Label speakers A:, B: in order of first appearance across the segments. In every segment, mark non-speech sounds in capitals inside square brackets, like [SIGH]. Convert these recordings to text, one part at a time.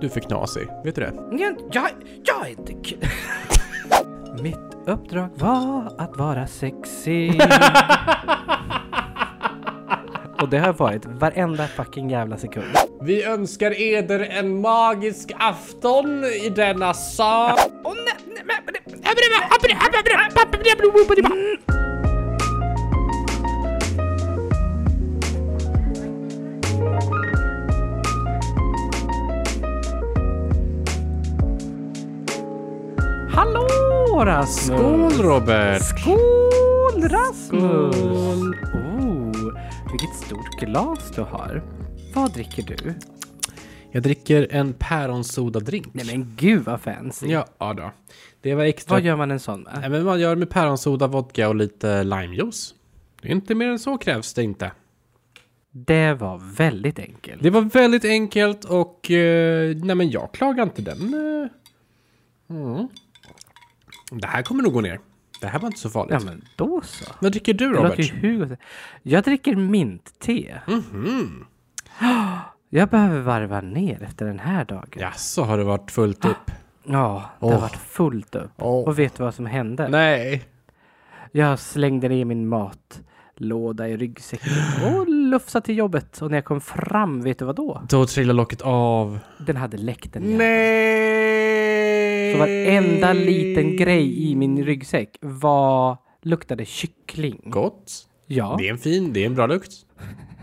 A: du är för knasig. Vet du det?
B: Jag, jag, jag är inte kul. [LAUGHS] Mitt uppdrag var att vara [LAUGHS] sexig. Och det har varit varenda fucking jävla sekund.
A: Vi önskar eder en magisk afton i denna sal.
B: Åh nej, nej, men- men- Hallå Rasmus!
A: Skål Robert!
B: Skål Rasmus!
A: Skål.
B: Oh, vilket stort glas du har. Vad dricker du?
A: Jag dricker en päronsodadrink.
B: Nej men gud vad fancy.
A: Ja, ja då. Det var extra.
B: Vad gör man en sån med?
A: Nej, men man gör med päronsoda, vodka och lite limejuice. Det är inte mer än så krävs det inte.
B: Det var väldigt enkelt.
A: Det var väldigt enkelt och eh, nej men jag klagar inte den. Eh, mm. Det här kommer nog gå ner. Det här var inte så farligt.
B: Ja men då så.
A: Vad dricker du
B: Det låter ju
A: Robert?
B: hur gott- Jag dricker mintte.
A: Mhm.
B: [GASPS] Jag behöver varva ner efter den här dagen.
A: Jaså, har det varit fullt upp?
B: Ja, det har
A: Åh.
B: varit fullt upp.
A: Åh.
B: Och vet du vad som hände?
A: Nej.
B: Jag slängde ner min matlåda i ryggsäcken
A: [GASPS]
B: och lufsade till jobbet. Och när jag kom fram, vet du vad då?
A: Då trillar locket av.
B: Den hade läckt den jäveln.
A: Nej!
B: Så varenda liten grej i min ryggsäck var, luktade kyckling.
A: Gott.
B: Ja,
A: Det är en fin, det är en bra lukt.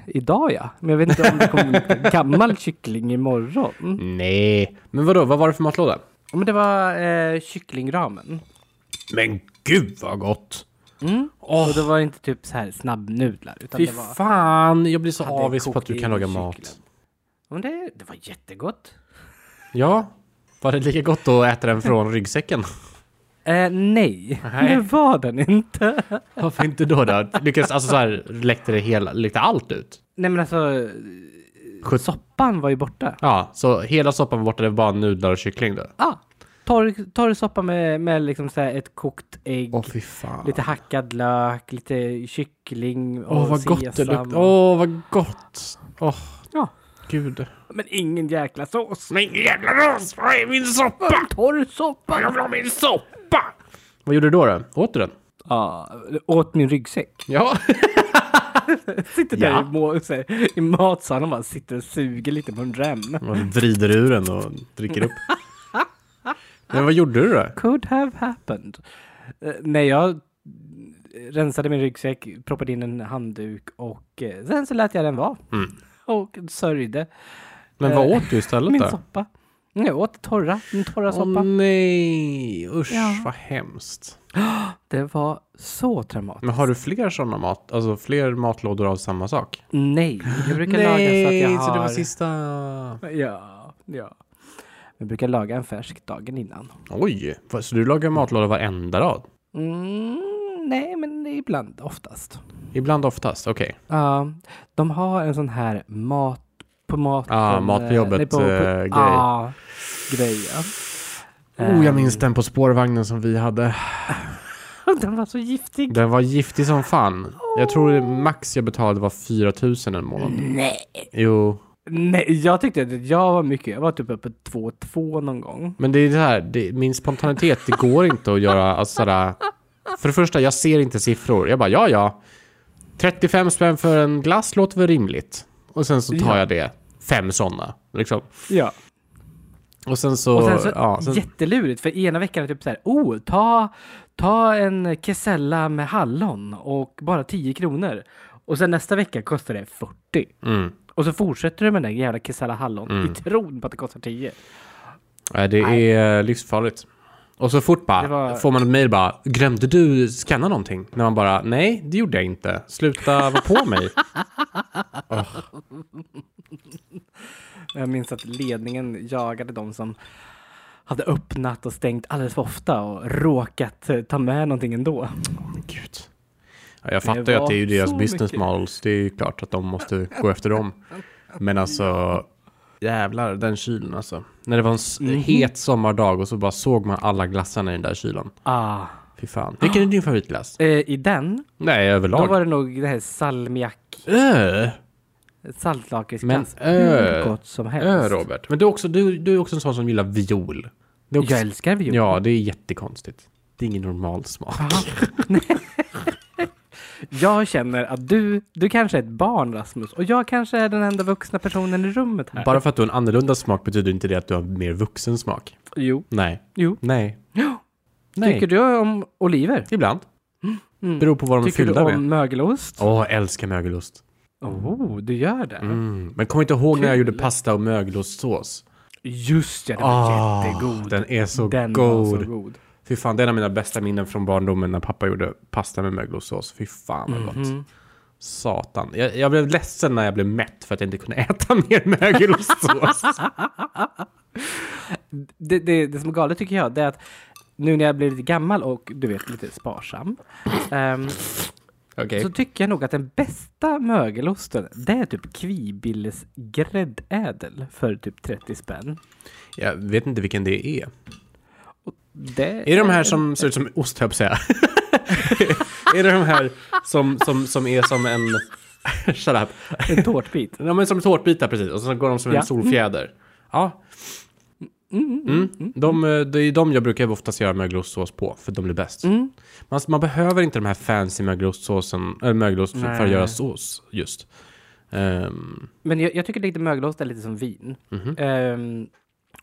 B: idag ja. Men jag vet inte om det
A: [LAUGHS]
B: kommer lukta gammal kyckling imorgon.
A: Nej. Men vadå, vad var det för matlåda?
B: Men det var eh, kycklingramen.
A: Men gud vad gott!
B: Mm.
A: Åh.
B: Och det var inte typ så här snabbnudlar. Utan
A: Fy
B: det var...
A: fan, jag blir så
B: hade
A: avis på
B: kokt
A: att du
B: i
A: kan laga
B: kyckling.
A: mat.
B: Men det, det var jättegott.
A: Ja, var det lika gott att äta den från
B: [LAUGHS]
A: ryggsäcken?
B: Eh, nej,
A: Nej.
B: det var den inte.
A: Varför inte då? då? Lyckades, alltså så här, läckte det hela, läckte allt ut?
B: Nej men alltså,
A: Sjut-
B: soppan var ju borta.
A: Ja, så hela soppan var borta, det var bara nudlar och kyckling då?
B: Ah, torr, torr soppa med, med liksom så här ett kokt ägg,
A: fy fan.
B: lite hackad lök, lite kyckling och
A: Åh, vad gott det
B: sesam.
A: luktar. Åh, vad gott. Åh,
B: Ja,
A: gud.
B: men ingen jäkla sås.
A: Men jävla ros, var är min soppa?
B: Torr soppa!
A: vill ha min soppa! Vad gjorde du då? då? Åt du den?
B: Ja, åt min ryggsäck.
A: [LAUGHS] Ja.
B: [LAUGHS] Sitter där
A: Ja.
B: i, må, så här, i matsalen och bara sitter och suger lite på en rem.
A: Man vrider ur den och dricker upp. Men vad gjorde du då?
B: Could have happened. Eh, när jag rensade min ryggsäck, proppade in en handduk och eh, sen så lät jag den vara. Och sörjde
A: Men vad åt du istället
B: min
A: då?
B: soppa. Jag åt torra, min torra
A: Åh
B: soppa.
A: nej, usch
B: Ja.
A: vad hemskt.
B: Det var så traumatiskt.
A: Men har du fler sådana mat, alltså fler matlådor av samma sak?
B: Nej, jag brukar laga så att jag har...
A: så det var sista...
B: Ja, ja. Jag brukar laga en färsk dagen innan.
A: Oj, vad- så du lagar matlåda varenda dag?
B: Mm, nej, men ibland, oftast.
A: Ibland oftast, okej.
B: Ja, de har en sån här mat på maten.
A: Ah, mat på jobbet,
B: nej, på- på-
A: eh, grej.
B: Ja, grej. ja. Ehm,
A: Oh, jag minns den på spårvagnen som vi hade.
B: [LAUGHS] Den var så giftig.
A: Den var giftig som fan. Jag tror det max jag betalade var 4000 en månad.
B: Nej.
A: Jo,
B: Nej, jag tyckte att jag var mycket. Jag var typ uppe 2-2 någon gång.
A: men det är det här, det, min spontanitet, det går inte att göra, alltså sådär, För det första, jag ser inte siffror. Jag bara, ja ja. 35 spänn för en glass låter väl rimligt. Och sen så tar
B: Ja.
A: jag det. Fem sådana, liksom.
B: Ja.
A: Och sen så,
B: Och sen så,
A: ja, sen,
B: jättelurigt, för ena veckan är det typ så här, oh, ta, ta en kesella med hallon och bara 10 kronor. Och sen nästa vecka kostar det 40.
A: mm.
B: Och så fortsätter du med den jävla kesella hallon i tron på att det kostar 10.
A: Nej, det är eh, livsfarligt. Och så fort bara,
B: Det var-
A: får man ett mejl bara, glömde du scanna någonting? När man bara, nej, det gjorde jag inte. Sluta vara på
B: [LAUGHS]
A: mig.
B: Jag minns att ledningen jagade de som hade öppnat och stängt alldeles för ofta och råkat eh, ta med någonting ändå.
A: Men Gud. Ja, jag fattar ju
B: var
A: att det är ju deras
B: så
A: business
B: mycket.
A: models. Det är ju klart att de måste gå efter dem. Men alltså, jävlar den kylen alltså. När det var en s-
B: Mhm.
A: het sommardag och så bara såg man alla glassarna i den där kylen.
B: Ah.
A: Fy fan. Vilken är din favoritglass?
B: Eh, I den,
A: Nej,
B: då
A: överlag.
B: var det nog det här salmiak.
A: Öh!
B: Saltlakritsglass.
A: Men ö,
B: Hur gott som helst.
A: Ö, Robert. Men du är, också, du, du är också en sån som gillar viol. Det är också,
B: Jag älskar viol.
A: Ja, det är jättekonstigt. Det är ingen normal smak.
B: [LAUGHS] Jag känner att du, du kanske är ett barn Rasmus och jag kanske är den enda vuxna personen i rummet här.
A: Bara för att du har en annorlunda smak betyder inte det att du har mer vuxen smak.
B: Jo.
A: Nej.
B: Jo.
A: Nej. Nej.
B: Nej. Tycker du om oliver?
A: Ibland.
B: Mm.
A: Beror på vad de är
B: Tycker du
A: fyllda med.
B: om mögelost?
A: Åh, jag älskar mögelost.
B: Oh, du gör det?
A: Mm. Men kom inte ihåg när jag
B: Kul.
A: gjorde pasta och mögelostsås.
B: Just ja, den var
A: Ah,
B: jättegod.
A: Den är så
B: Den var
A: god.
B: så god.
A: Fy fan, det är en av mina bästa minnen från barndomen när pappa gjorde pasta med mögelostsås. Fy fan vad gott.
B: Mm-hmm.
A: Satan. Jag, jag blev ledsen när jag blev mätt för att jag inte kunde [LAUGHS] äta mer
B: [LAUGHS]
A: mögelostsås.
B: Det, det, det som är galet tycker jag, det är att nu när jag blir lite gammal och du vet lite sparsam. ehm,
A: Okej.
B: Så tycker jag nog att den bästa mögelosten, det är typ Kvibilles gräddädel för typ 30 spänn.
A: Jag vet inte vilken det är.
B: Det
A: Är det de här som ser ut som ost, höll jag på att säga? [LAUGHS] är det de här som, som, som är som en... [LAUGHS] Shut up.
B: en tårtbit.
A: De är som tårtbitar precis, och så går de som
B: Ja.
A: en solfjäder. Ja. Mm. De, eh, det är de jag brukar oftast göra mögelostsås på, för de blir bäst.
B: Mm.
A: Man, man behöver inte de här fancy mögelostsåsen, eller mögelost för, för att
B: Nej.
A: göra sås, just. Ehm,
B: Men jag, jag tycker lite mögelost är lite som vin. Ehm,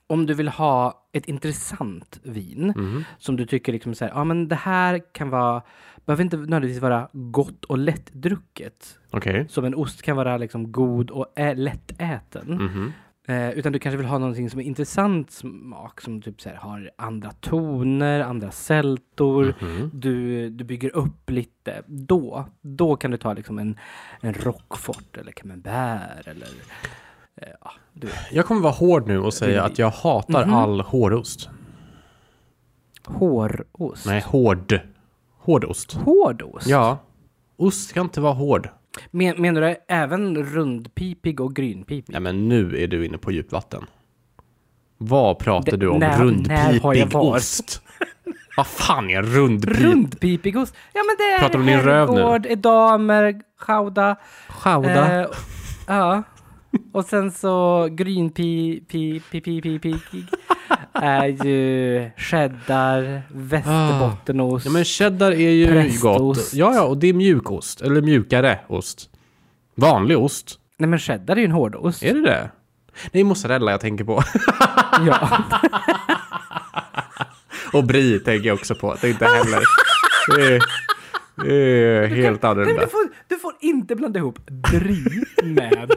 B: om du vill ha ett intressant vin som du tycker liksom så här, ja men det här kan vara, behöver inte nödvändigtvis vara gott och lättdrucket.
A: Okej.
B: Som en ost kan vara liksom god och ä- lättäten.
A: Mhm.
B: Eh, utan du kanske vill ha någonting som är intressant smak, som typ så här, har andra toner, andra sältor. Du, du bygger upp lite. Då, då kan du ta liksom en, en rockfort eller camembert eller... Eh, ja, du vet.
A: Jag kommer vara hård nu och säga att jag hatar
B: Mm-hmm.
A: all hårdost.
B: Hårost.
A: Nej, hård. Hårdost.
B: Hårdost?
A: Ja. Ost ska inte vara hård.
B: Men, menar du även rundpipig och grynpipig?
A: Nej men nu är du inne på djupvatten. Vad pratar
B: Det-
A: du om?
B: när- när har jag
A: rundpipig
B: varit?
A: ost? [LAUGHS] Vad fan är rundpip?
B: Rundpipigost? Ja men det är
A: Pratar du om din röv nu?
B: herrgård, edamer, chauda.
A: Chauda.
B: Eh, ja. Och sen så green pi, pi, pi, pi, pi, pi, pi är ju cheddar, västerbottenost.
A: Ah. Ja men cheddar är ju
B: Prästost.
A: gott. Ja ja, och det är mjukost. Eller mjukare ost. Vanlig ost.
B: Nej men cheddar är ju en hårdost.
A: Är det det? Nej, mozzarella jag tänker på. [LAUGHS]
B: Ja.
A: Och brie tänker jag också på. Det är inte heller... Det är, det är helt
B: Nej, men
A: annorlunda.
B: du, får, du får inte blanda ihop brie med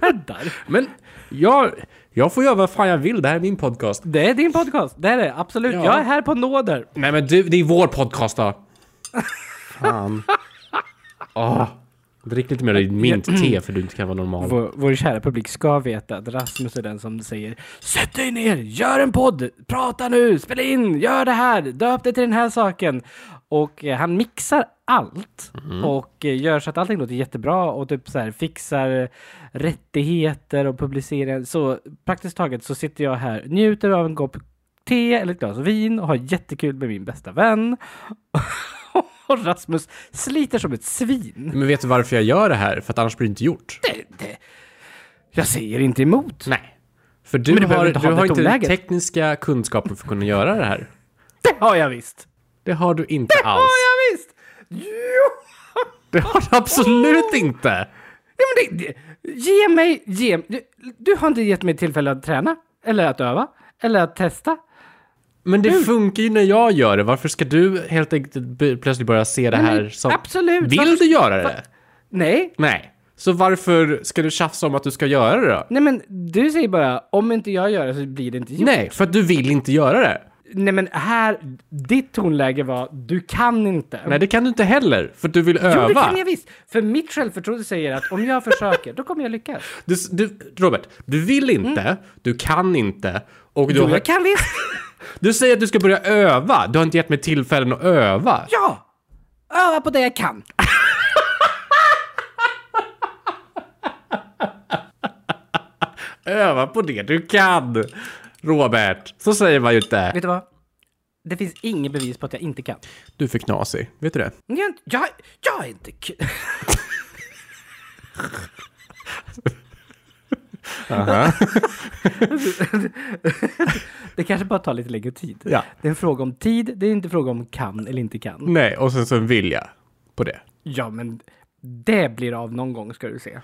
B: cheddar.
A: Men jag, jag får göra vad fan jag vill. Det här är min podcast.
B: Det är din podcast, det är det absolut.
A: Ja.
B: Jag är här på nåder.
A: Nej men du, det är vår podcast då. [LAUGHS] Fan. Åh. Ah. Drick lite mer mint-te för du inte kan vara normal.
B: Vår, vår kära publik ska veta att Rasmus är den som säger Sätt dig ner, gör en podd, prata nu, spela in, gör det här, döp dig till den här saken. Och eh, han mixar allt
A: Mhm.
B: och eh, gör så att allting låter jättebra och typ så här fixar rättigheter och publicerar. Så praktiskt taget så sitter jag här, njuter av en kopp te eller ett glas vin och har jättekul med min bästa vän. [LAUGHS] Och Rasmus sliter som ett svin.
A: Men vet du varför jag gör det här? För att annars blir det inte gjort.
B: Jag säger inte emot.
A: Nej. För du
B: Men du
A: har,
B: behöver
A: inte,
B: inte ha
A: du har
B: det
A: inte den
B: tonläget.
A: tekniska kunskapen för att kunna göra det här.
B: Det har jag visst.
A: Det har du inte alls.
B: jag visst! Jo!
A: Det har du absolut inte!
B: Ja, men det, det, ge mig, ge du, du har inte gett mig tillfälle att träna, eller att öva, eller att testa.
A: Men det funkar ju när jag gör det. Varför ska du helt enkelt be- plötsligt börja se det
B: Nej, men
A: här som...
B: absolut.
A: Vill
B: Varför-
A: du göra det?
B: Nej,
A: Nej. Så varför ska du tjafsa om att du ska göra det då?
B: nej men du säger bara om inte jag gör det så blir det inte gjort.
A: Nej, för att du vill inte göra det.
B: nej men här, ditt tonläge var du kan inte.
A: Nej, det kan du inte heller, för att du vill
B: Jo,
A: öva.
B: det kan jag visst! För mitt självförtroende säger att om jag försöker, då kommer jag lyckas.
A: du, du, Robert, du vill inte, du kan inte och du,
B: Mm. Jo,
A: har,
B: jag kan visst!
A: du säger att du ska börja öva. Du har inte gett mig tillfällen att öva.
B: Ja! Öva på det jag kan.
A: Öva på det du kan, Robert. Så säger man ju inte.
B: Vet du vad? Det finns inget bevis på att jag inte kan.
A: Du är för knasig, vet du det?
B: Jag, är inte- jag, jag är inte kul.
A: Aha.
B: [LAUGHS] Det kanske bara tar lite längre tid.
A: Ja.
B: Det är en fråga om tid, det är inte en fråga om kan eller inte kan.
A: Nej, och sen så en vilja på det.
B: Ja, men det blir av någon gång ska du se.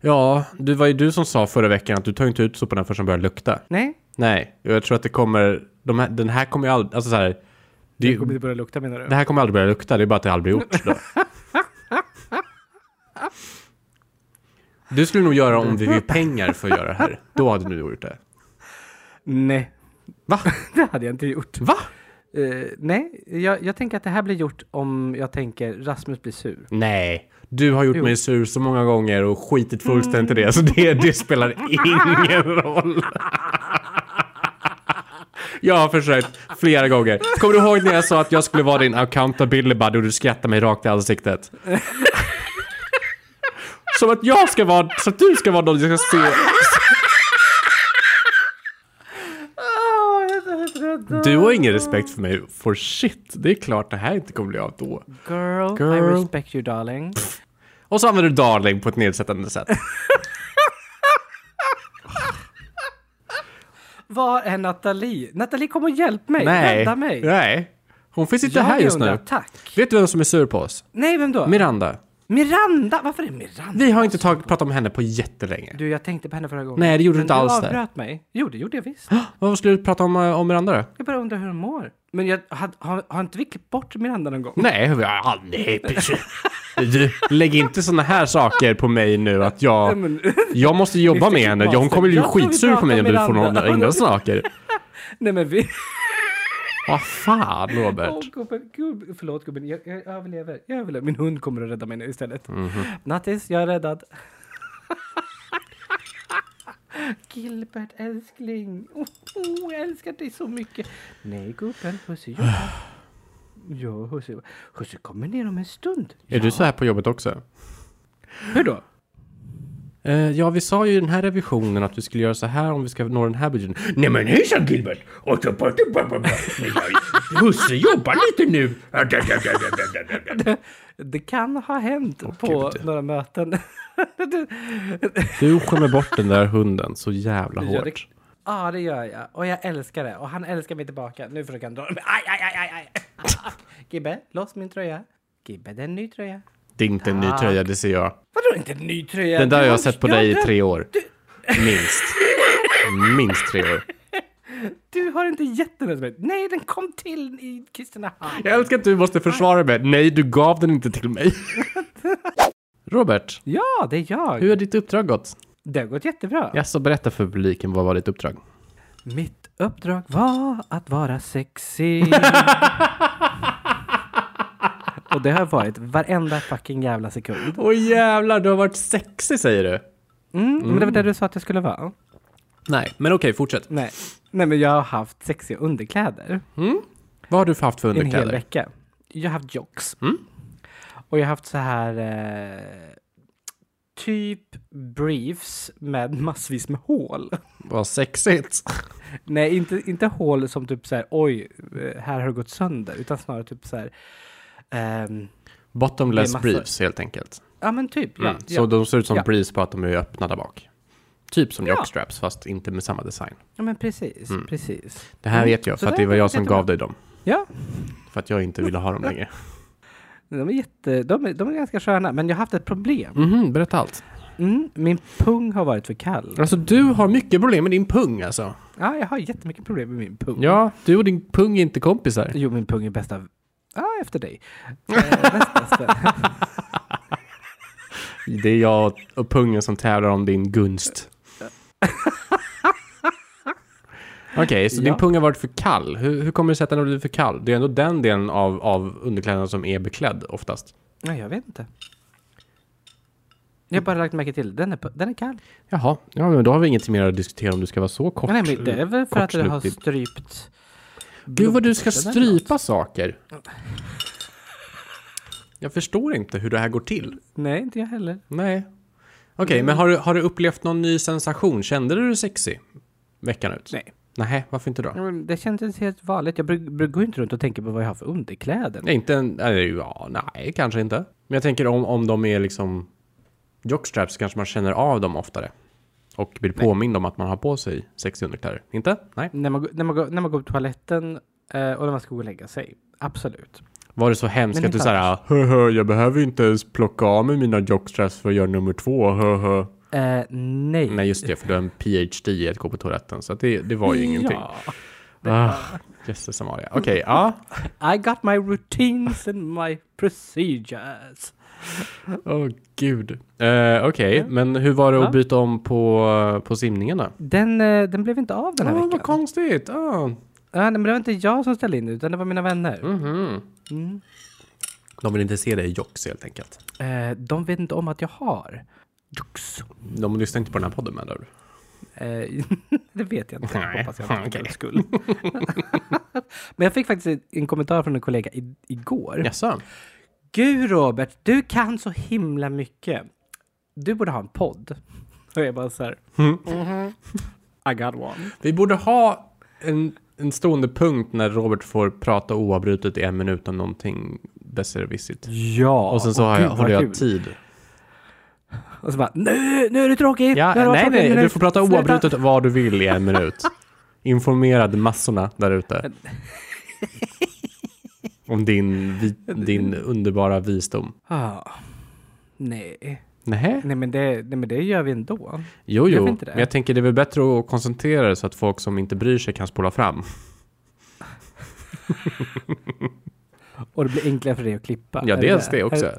A: Ja, det var ju du som sa förra veckan att du tar ju inte ut soporna förrän de börjar lukta.
B: Nej,
A: Nej, och jag tror att det kommer... De här, den här kommer ju aldrig... Alltså så här, det, är
B: det
A: ju-
B: kommer inte börja lukta menar du?
A: det här kommer aldrig börja lukta, det är bara att det aldrig blir [LAUGHS] gjort då. Du skulle nog göra om vi fick pengar för att göra det här. Då hade du nog gjort det.
B: Nej, [LAUGHS]
A: Va?
B: det hade jag inte gjort.
A: Va?
B: Eh, nej, jag, jag tänker att det här blir gjort om jag tänker Rasmus blir sur.
A: Nej. Du har gjort
B: Jo.
A: mig sur så många gånger och skitit fullständigt i det, så det, det spelar ingen roll. Jag har försökt flera gånger. Kommer du ihåg när jag sa att jag skulle vara din accountability buddy och du skrattade mig rakt i ansiktet? Som att jag ska vara, så att du ska vara någon jag ska se.
B: Åh, Ah, jag är så trött.
A: Du har ingen respekt för mig, for shit. Det är klart det här inte kommer bli av då.
B: Girl, I
A: Girl.
B: respect you darling.
A: Och så använder du darling på ett nedsättande sätt.
B: Var är Nathalie? Nathalie kom och hjälp mig, [LAUGHS] rädda mig.
A: Nej. Hon finns inte
B: Jag
A: här
B: är
A: just
B: under
A: nu.
B: attack.
A: Vet du vem som är sur på oss?
B: Nej, vem då?
A: Miranda.
B: Miranda! Varför är Miranda?
A: Vi har inte tagit, pratat om henne på jättelänge.
B: Du, jag tänkte på henne förra gången.
A: Nej, det gjorde du
B: Men
A: inte alls
B: Du
A: där.
B: avbröt mig. Jo, det gjorde jag visst.
A: Varför skulle du prata om, eh, om Miranda då?
B: Jag bara undrar hur hon mår. Men jag, had, har, har inte vi klippt bort Miranda någon gång?
A: Nej, vi- ah, nej precis. Du, lägg inte såna här saker på mig nu att jag...
B: Men, [LAUGHS]
A: Jag måste jobba med henne. Ja, Hon kommer bli
B: Jag tror vi
A: skitsur på mig om du
B: pratar
A: får
B: om
A: någon
B: Miranda. [LAUGHS]
A: egna saker.
B: nej men vi...
A: Vad fan Robert.
B: Åh gubben, gubben, förlåt gubben, jag, jag överlever. Jag överlever. Min hund kommer att rädda mig nu istället. Nattis, jag är räddad. Gilbert älskling, oh, oh, jag älskar dig så mycket. Nej gubben, husse jobbar. Ja, husse, husse kommer ner om en stund.
A: Är du så här på jobbet också?
B: Hur då?
A: Eh, ja, vi sa ju i den här revisionen att vi skulle göra så här om vi ska nå den här budgeten. Nej men hejsan Gilbert! Och så bara- [LAUGHS] bara- bara- bara. Men jag- Husse jobbar lite nu. [LAUGHS]
B: Det kan ha hänt på
A: gud.
B: några möten.
A: Du skämmer bort den där hunden så jävla
B: gör det.
A: hårt.
B: Ja, det gör jag. Och jag älskar det. Och han älskar mig tillbaka. Nu försöker han dra mig. Aj, aj, aj, aj, aj. [LAUGHS] Gibbe, loss min tröja. Gibbe, det är en ny tröja.
A: Det är inte en ny tröja, det ser jag.
B: Vadå inte en ny tröja?
A: Den där
B: Du
A: har
B: har-
A: jag sett på
B: du
A: dig i
B: har-
A: tre år. Minst. Minst tre år.
B: Du har inte gett den ens mig. Nej, den kom till i Kristinehamn.
A: Jag älskar att du måste försvara mig. Nej, du gav den inte till mig. [LAUGHS] Robert,
B: Ja, det är jag.
A: hur har ditt uppdrag gått?
B: Det har gått jättebra.
A: Jaså, berätta för publiken vad var ditt uppdrag?
B: Mitt uppdrag var att
A: [LAUGHS]
B: vara sexy. Och det har jag varit varenda fucking jävla sekund.
A: Åh jävlar, du har varit sexig säger du.
B: Mm, Men det var det du sa att jag skulle vara.
A: Nej, men okej, fortsätt.
B: Nej. Nej, men jag har haft sexiga underkläder.
A: Vad har du för haft för
B: en hel
A: underkläder?
B: vecka. Jag har haft jocks.
A: Mm.
B: Och jag har haft så här eh, typ briefs med massvis med hål. [LAUGHS]
A: Vad sexigt.
B: Nej, inte, inte hål som typ så här oj, eh, här har det gått sönder, utan snarare typ så här. ehm, Det är
A: Bottomless
B: massa-
A: briefs helt enkelt.
B: ja, men typ. Ja,
A: Mm.
B: ja.
A: Så de ser ut som
B: Ja.
A: briefs på att de är öppna där bak. Typ som
B: Ja.
A: jockstraps fast inte med samma design.
B: ja, men precis.
A: Mm.
B: Precis.
A: Det här
B: Mm.
A: vet jag
B: Så
A: för att
B: där
A: det var jag som
B: jättebra.
A: gav dig dem.
B: Ja,
A: För att jag inte ville ha
B: Mm.
A: dem längre.
B: de är, jätte, de, är, de är ganska sköna, men jag har haft ett problem.
A: Mhm, berätta allt.
B: Mm, min pung har varit för kall.
A: Alltså du har mycket problem med din pung alltså.
B: Ja, jag har jättemycket problem med min pung.
A: Ja, du och din pung är inte kompisar.
B: Jo, min pung är bästa... av- Ja,
A: [LAUGHS]
B: efter dig. Eh, näst bästa.
A: Det är jag och pungen som tävlar om din gunst.
B: [LAUGHS]
A: Okej, så din
B: Ja.
A: pung har varit för kall. Hur, hur kommer det sig att den har blivit för kall? Det är ändå den delen av, av underkläderna som är beklädd oftast.
B: Nej, jag vet inte. Jag har bara lagt märke till den är, pu- den är kall.
A: Jaha, ja, men då har vi inget mer att diskutera om du ska vara så kort.
B: Nej, men det är väl för att det har
A: kortslutig.
B: strypt...
A: Gud vad du ska
B: blodkärlen eller något.
A: strypa saker. Jag förstår inte hur det här går till.
B: Nej, inte jag heller.
A: Nej. Okej,
B: Mm.
A: men har du, har du upplevt någon ny sensation? Kände du dig sexig veckan ut?
B: Nej.
A: Nej, varför inte då?
B: Ja, men Det kändes helt vanligt. Jag bruk- bruk- går inte runt och tänker på vad jag har för underkläder.
A: Nej, inte en, eller, ja, nej, kanske inte. Men jag tänker om, om de är liksom jockstraps så kanske man känner av dem oftare. och blir påmind om att man har på sig 60 underkläder. Inte? Nej.
B: När man, går- när man, går, när man går på toaletten eh, och när man ska gå och lägga sig. Absolut.
A: Var det så hemskt
B: Men
A: att du
B: inte
A: såhär höhö, jag behöver ju inte ens plocka av mig mina jockstraps för att göra nummer två, höhö.
B: Eh, nej.
A: Nej just det, för du har en PhD i att gå på toaletten. Så att det, det var ju ingenting.
B: Ja.
A: Ah, Jösses Samaria. Okej, ja.
B: I got my routines and my procedures.
A: Åh gud. Eh, Okej, men hur var det att
B: Ja.
A: byta om på, på simningen då?
B: Den, eh, den blev inte av den här
A: Åh, vad
B: veckan.
A: konstigt. Ah.
B: Ja, nej, men det var inte jag som ställde in det, utan det var mina vänner.
A: Mhm.
B: Mm.
A: De vill inte se dig i jocks helt enkelt.
B: Eh, de vet inte om att jag har. Jux.
A: De lyssnar inte på den här podden med du.
B: Eh, [LAUGHS] det vet jag inte,
A: Nej,
B: hoppas jag inte
A: okej. [LAUGHS]
B: för skull. Men jag fick faktiskt en kommentar från en kollega i, igår.
A: Jaså?
B: Gud Robert, du kan så himla mycket. Du borde ha en podd. Och jag bara så här.
A: Mm.
B: mhm. I got one.
A: Vi borde ha en, en stående punkt när Robert får prata oavbrutet i en minut om någonting besserwissigt.
B: Ja.
A: Och sen så har
B: gud,
A: jag,
B: vad
A: har jag
B: kul.
A: tid.
B: Och så bara, nu, nu är det tråkigt.
A: Ja,
B: nu är det
A: nej,
B: tråkigt,
A: nej,
B: nu är
A: du
B: det-
A: får prata
B: sluta."
A: oavbrutet vad du vill i en minut. Informerad massorna där
B: [LAUGHS]
A: ute. Om din, vi, din underbara visdom.
B: Ah, nej.
A: Nej,
B: Nej, men det, nej, men det gör vi ändå.
A: jo,
B: Gör
A: jo.
B: vi inte det?
A: Men jag tänker det är väl bättre att koncentrera det så att folk som inte bryr sig kan spola fram.
B: Och det blir enklare för dig att klippa.
A: Ja,
B: Är
A: dels
B: med?
A: det också.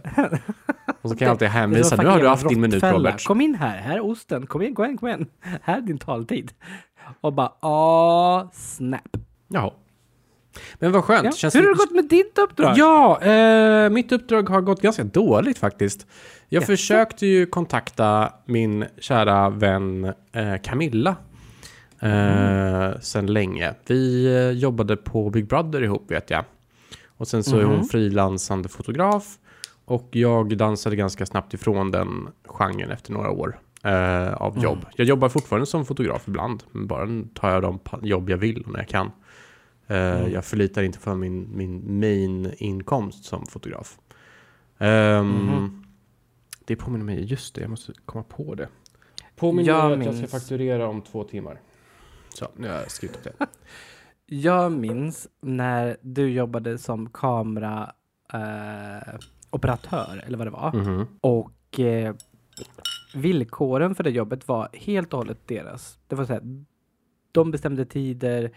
A: Och så kan jag alltid
B: [LAUGHS] Det är som
A: hänvisa.
B: fucking
A: Nu har du
B: jävla
A: haft din minut
B: råttfälla.
A: Robert.
B: Kom in här, här är osten. Kom in, kom in, kom in. Här är din taltid. Och bara, ah, snap.
A: Jaha. Men vad skönt.
B: Ja.
A: Känns
B: Hur har
A: lite-
B: det gått med ditt uppdrag?
A: Ja, eh, mitt uppdrag har gått ganska dåligt faktiskt. Jag försökte ju kontakta min kära vän eh, Camilla eh, sen länge. Vi eh, jobbade på Big Brother ihop vet jag. Och sen så är hon frilansande fotograf och jag dansade ganska snabbt ifrån den genren efter några år eh, av jobb. Jag jobbar fortfarande som fotograf ibland, men bara tar jag de pa- jobb jag vill när jag kan. Eh, Jag förlitar inte för min, min main inkomst som fotograf. Ehm, Det påminner mig, just det, jag måste komma på det. Påminner
B: Jag
A: mig att jag ska
B: minns.
A: fakturera om två timmar. Så, nu har jag skrivit upp
B: Ah.
A: det.
B: Jag minns när du jobbade som kameraoperatör, eh, operatör, eller vad det var.
A: Mhm.
B: Och eh, villkoren för det jobbet var helt och hållet deras. Det var så här, de bestämde tider,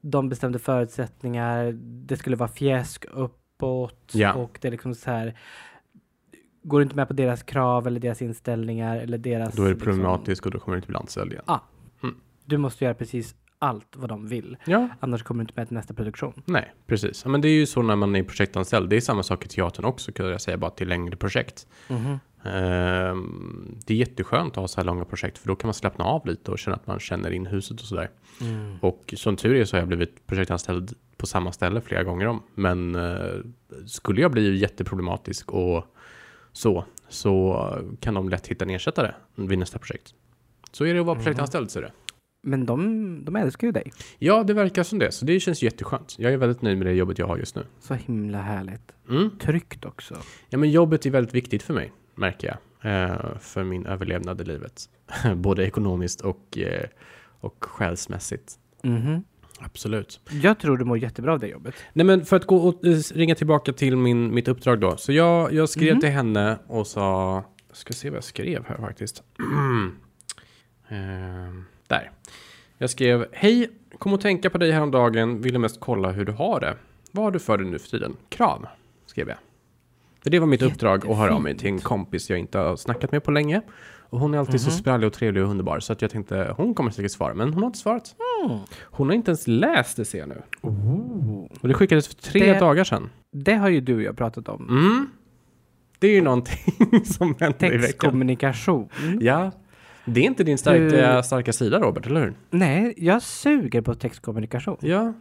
B: de bestämde förutsättningar, det skulle vara fjäsk uppåt
A: Ja.
B: och det är liksom så här. Går du inte med på deras krav eller deras inställningar eller deras...
A: Då är det
B: liksom-
A: problematiskt och då kommer det inte bli landstöd igen.
B: du måste göra precis allt vad de vill,
A: Ja,
B: annars kommer du inte med till nästa produktion.
A: Nej, precis. Ja, Men det är ju så när man är projektanställd. Det är samma sak i teatern också, kan jag säga, bara till längre projekt. Ehm, det är jätteskönt att ha så här långa projekt, för då kan man slappna av lite och känna att man känner in huset och sådär.
B: Mm.
A: Och som tur är så har jag blivit projektanställd på samma ställe flera gånger om. Men eh, skulle jag bli jätteproblematisk och så, så kan de lätt hitta en ersättare vid nästa projekt. Så är det att vara projektanställd, ser du.
B: Men de, de älskar ju dig.
A: Ja, det verkar som det, så det känns jätteskönt. Jag är väldigt nöjd med det jobbet jag har just nu.
B: Så himla härligt.
A: Mm.
B: Tryggt också.
A: Ja, men jobbet är väldigt viktigt för mig, märker jag. Eh, för min överlevnad i livet. [LAUGHS] Både ekonomiskt och, eh, och själsmässigt.
B: Mhm.
A: Absolut.
B: Jag tror du mår jättebra av det jobbet.
A: Nej, men för att gå och eh, ringa tillbaka till min, mitt uppdrag då. Så jag, jag skrev
B: Mhm.
A: till henne och sa... Jag ska se vad jag skrev här faktiskt. [CLEARS THROAT] Ehm, där. Jag skrev, hej, kom att tänka på dig häromdagen, ville mest kolla hur du har det. Vad har du för dig nu för tiden? Kram, skrev jag. För det var mitt uppdrag att höra av mig till en kompis jag inte har snackat med på länge. Och hon är alltid så sprallig och trevlig och underbar så att jag tänkte hon kommer säkert svara, men hon har inte svarat. Hon har inte ens läst det ser jag nu. Och det skickades för tre
B: Det-
A: dagar sedan.
B: Det har ju du och jag pratat om.
A: Mm. Det är ju någonting [LAUGHS] som hände i veckan.
B: Textkommunikation.
A: Ja. Det är inte din starka,
B: Hur-
A: starka sida Robert, eller hur?
B: Nej, jag suger på textkommunikation.
A: Ja.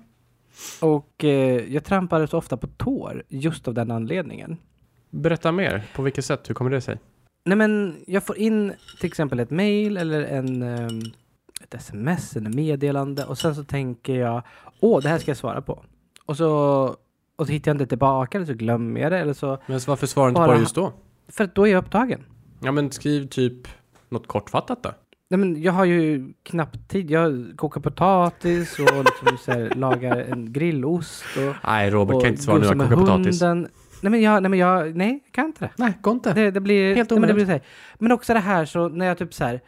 B: Och eh, jag trampar så ofta på tår just av den anledningen.
A: Berätta mer. På vilket sätt? Hur kommer det sig?
B: Nej men, jag får in till exempel ett mail eller en, ehm, ett sms, eller meddelande och sen så tänker jag åh, det här ska jag svara på. Och så, och så hittar jag inte tillbaka eller så glömmer jag det eller så,
A: Men varför svarar du inte
B: Bara
A: på det
B: han-
A: just då?
B: för att då är jag upptagen.
A: Ja men skriv typ något kortfattat då.
B: Nej, men jag har ju knappt tid. Jag kokar potatis och liksom så här, lagar en grillost. Och,
A: Nej, Robert
B: och
A: kan inte svara nu.
B: gosar
A: Jag
B: med
A: kokar potatis.
B: hunden. Nej, men jag, nej, men jag, nej, jag kan inte det.
A: Nej, går inte.
B: Det, det blir...
A: Helt
B: nej, men, det blir
A: omöjligt.
B: så här. men också det här så när jag typ så här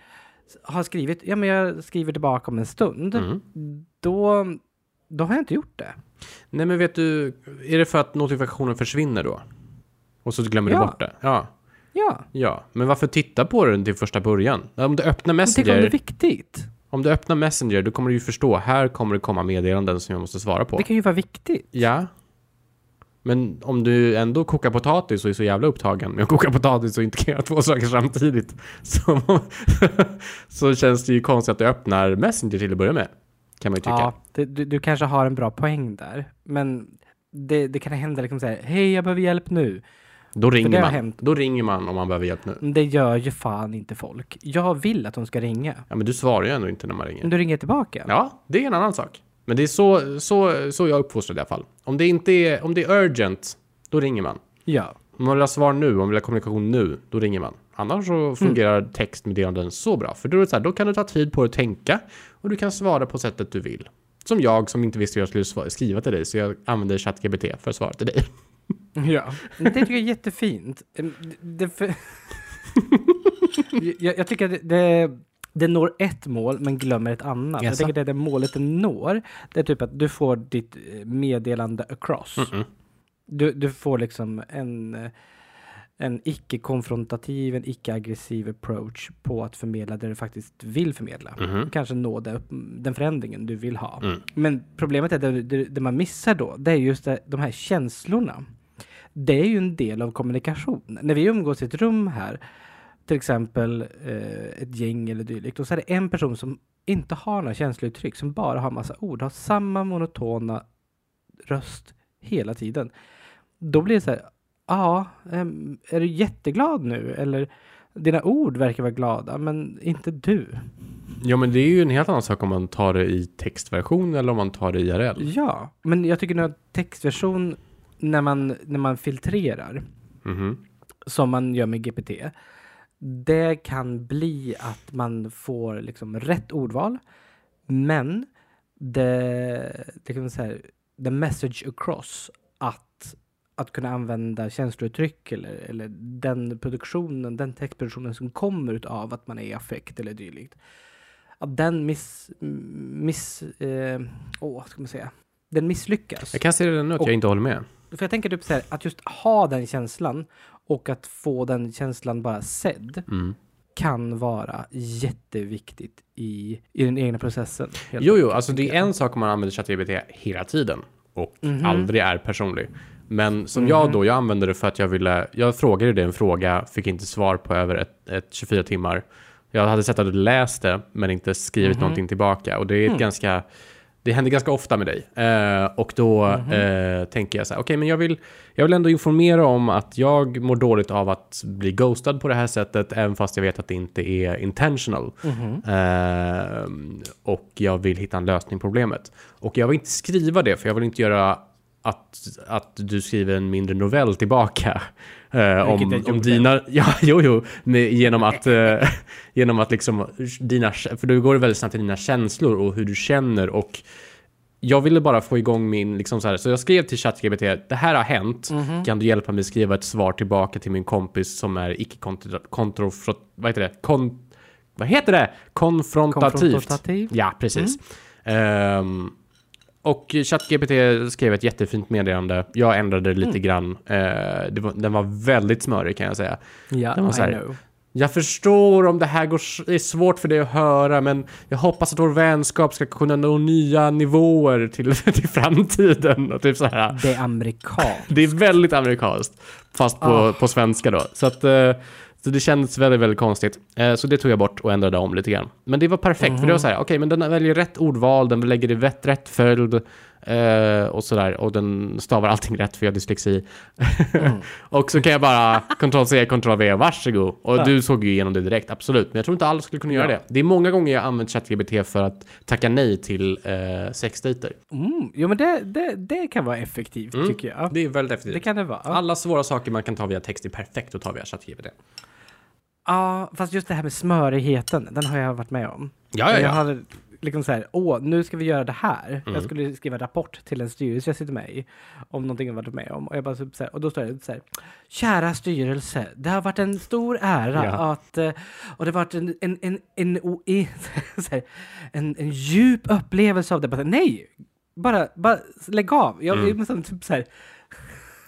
B: har skrivit, ja men jag skriver tillbaka om en stund.
A: Mm.
B: Då, då har jag inte gjort det.
A: Nej, men vet du, är det för att notifikationen försvinner då? Och så glömmer
B: Ja.
A: du bort det? Ja.
B: Ja.
A: Ja, men varför titta på den till första början? Om du öppnar
B: Men tänk om
A: Messenger,
B: det är
A: om du...
B: viktigt.
A: öppnar Messenger, då kommer du ju förstå, här kommer det komma meddelanden som jag måste svara på.
B: Det kan ju vara viktigt.
A: Ja. Men om du ändå kokar potatis och är så jävla upptagen med att koka potatis och inte kan göra två saker samtidigt så, [LAUGHS] så känns det ju konstigt att du öppnar Messenger till att börja med. Kan man ju tycka.
B: Ja, det, du, du kanske har en bra poäng där. Men det, det kan hända liksom så här, hej jag behöver hjälp nu.
A: Då, ringer
B: det har
A: man.
B: hänt.
A: då ringer man om man behöver hjälp nu.
B: Men Det gör ju fan inte folk. Jag vill att de ska ringa.
A: Ja, men du svarar ju ändå inte när man ringer.
B: Men du ringer tillbaka.
A: Ja, det är en annan sak. Men det är så, så, så jag är uppfostrad i alla fall. Om det inte är, om det är urgent, då ringer man.
B: ja.
A: Om man vill ha svar nu, om man vill ha kommunikation nu, då ringer man. Annars så fungerar textmeddelanden så bra. För då, är det så här, då kan du ta tid på dig att tänka och du kan svara på sättet du vill. Som jag som inte visste hur jag skulle sva- skriva till dig, så jag använder ChatGPT för att svara till dig.
B: Ja. Det tycker jag är jättefint. Em, Det, det för... [LAUGHS] jag, jag tycker att det, det, det når ett mål men glömmer ett annat. Jag
A: Jaså?
B: tycker det, det målet det når, det är typ att du får ditt eh, meddelande across.
A: Mm.
B: Du, du får liksom en, eh, en icke-konfrontativ, en icke-aggressiv approach på att förmedla det du faktiskt vill förmedla.
A: Mm.
B: Kanske nå det, upp- den förändringen du vill ha. Men problemet är att det, det, det man missar då, det är just det, de här känslorna. Det är ju en del av kommunikation. När vi umgås i ett rum här, till exempel eh, ett gäng eller dylikt, och så är det en person som inte har några känslouttryck, som bara har massa ord, har samma monotona röst hela tiden. Då blir det så här, ja, ehm, är du jätteglad nu? Eller dina ord verkar vara glada, men inte du.
A: Ja, men det är ju en helt annan sak om man tar det i textversion eller om man tar det IRL.
B: Ja, men jag tycker nog att textversion, när man, när man filtrerar,
A: Mhm.
B: som man gör med GPT, det kan bli att man får liksom rätt ordval, men det, det kan man säga, the message across att, att kunna använda känslouttryck eller, eller den produktionen, den textproduktionen som kommer av att man är i affekt eller dylikt. Att den miss, miss eh, åh, vad ska man säga, den misslyckas.
A: Jag kan se redan nu att
B: Och-
A: jag inte håller med.
B: För jag tänker typ så här, att just ha den känslan och att få den känslan bara sedd
A: Mm.
B: kan vara jätteviktigt i, i den egna processen. helt
A: Jo, jo, alltså det är en sak om man använder ChatGPT hela tiden och aldrig är personlig. Men som jag då, jag använde det för att jag ville, jag frågade det en fråga, fick inte svar på över ett, ett 24 timmar. Jag hade sett att du läst det, men inte skrivit någonting tillbaka. Och det är ett ganska, det händer ganska ofta med dig. Eh, och då eh, tänker jag så här, okej, men jag vill, jag vill ändå informera om att jag mår dåligt av att bli ghostad på det här sättet, även fast jag vet att det inte är intentional.
B: Mhm.
A: Eh, och jag vill hitta en lösning på problemet. Och jag vill inte skriva det, för jag vill inte göra att, att du skriver en mindre novell tillbaka. Eh,
B: jag
A: om,
B: gjorde.
A: om dina, [LAUGHS] ja, jo, jo, med, genom att, eh, [LAUGHS] genom att liksom, dina, för då går det väldigt snabbt till dina känslor och hur du känner och jag ville bara få igång min, liksom så här, så jag skrev till ChatGPT, det här har hänt, kan du hjälpa mig skriva ett svar tillbaka till min kompis som är icke-kontrofrontativ? Vad heter det? Kon, vad heter det? Konfrontativt.
B: Konfrontativ.
A: Ja, precis. Ehm, och ChatGPT skrev ett jättefint meddelande. Jag ändrade det lite grann. Eh, det var, den var väldigt smörig kan jag säga.
B: Ja,
A: Det var så här-
B: I know.
A: Jag förstår om det här går, s- är svårt för dig att höra, men jag hoppas att vår vänskap ska kunna nå nya nivåer till, [LAUGHS] till framtiden. Och typ så här.
B: Det är amerikan.
A: Det är väldigt amerikanskt, fast på,
B: Ah.
A: på svenska då. Så, att, eh, så det kändes väldigt, väldigt konstigt. Eh, Så det tog jag bort och ändrade om lite grann. Men det var perfekt, för
B: Mm.
A: det var så här, okej, men den väljer rätt ordval, den lägger det i rätt, rätt följd eh, och sådär. Och den stavar allting rätt, för jag har dyslexi.
B: Mm.
A: [LAUGHS] och så kan jag bara Ctrl-C, Ctrl-V, varsågod. Och du såg ju igenom det direkt, absolut. Men jag tror inte alla skulle kunna göra
B: Ja.
A: det. Det är många gånger jag har använt ChatGPT för att tacka nej till eh, sexdejter.
B: Mm, jo, men det, det, det kan vara effektivt tycker jag.
A: Mm. Det är väldigt effektivt.
B: Det kan det vara.
A: Alla svåra saker man kan ta via text är perfekt att ta via ChatGPT.
B: Ja, fast just det här med smörigheten, den har jag varit med om.
A: Ja, Mm. ja,
B: Jag
A: ja.
B: hade liksom så här, åh, nu ska vi göra det här. Jag skulle skriva rapport till en styrelse jag sitter med i om någonting jag varit med om. Och, jag bara, så här, och då står det så här, kära styrelse, det har varit en stor ära
A: Ja.
B: att, eh, och det har varit en, en, en, en, o- [LAUGHS] e- så här, en, en djup upplevelse av det. Bara, nej, bara, bara lägg av. Jag,
A: Mm.
B: jag måste typ så här,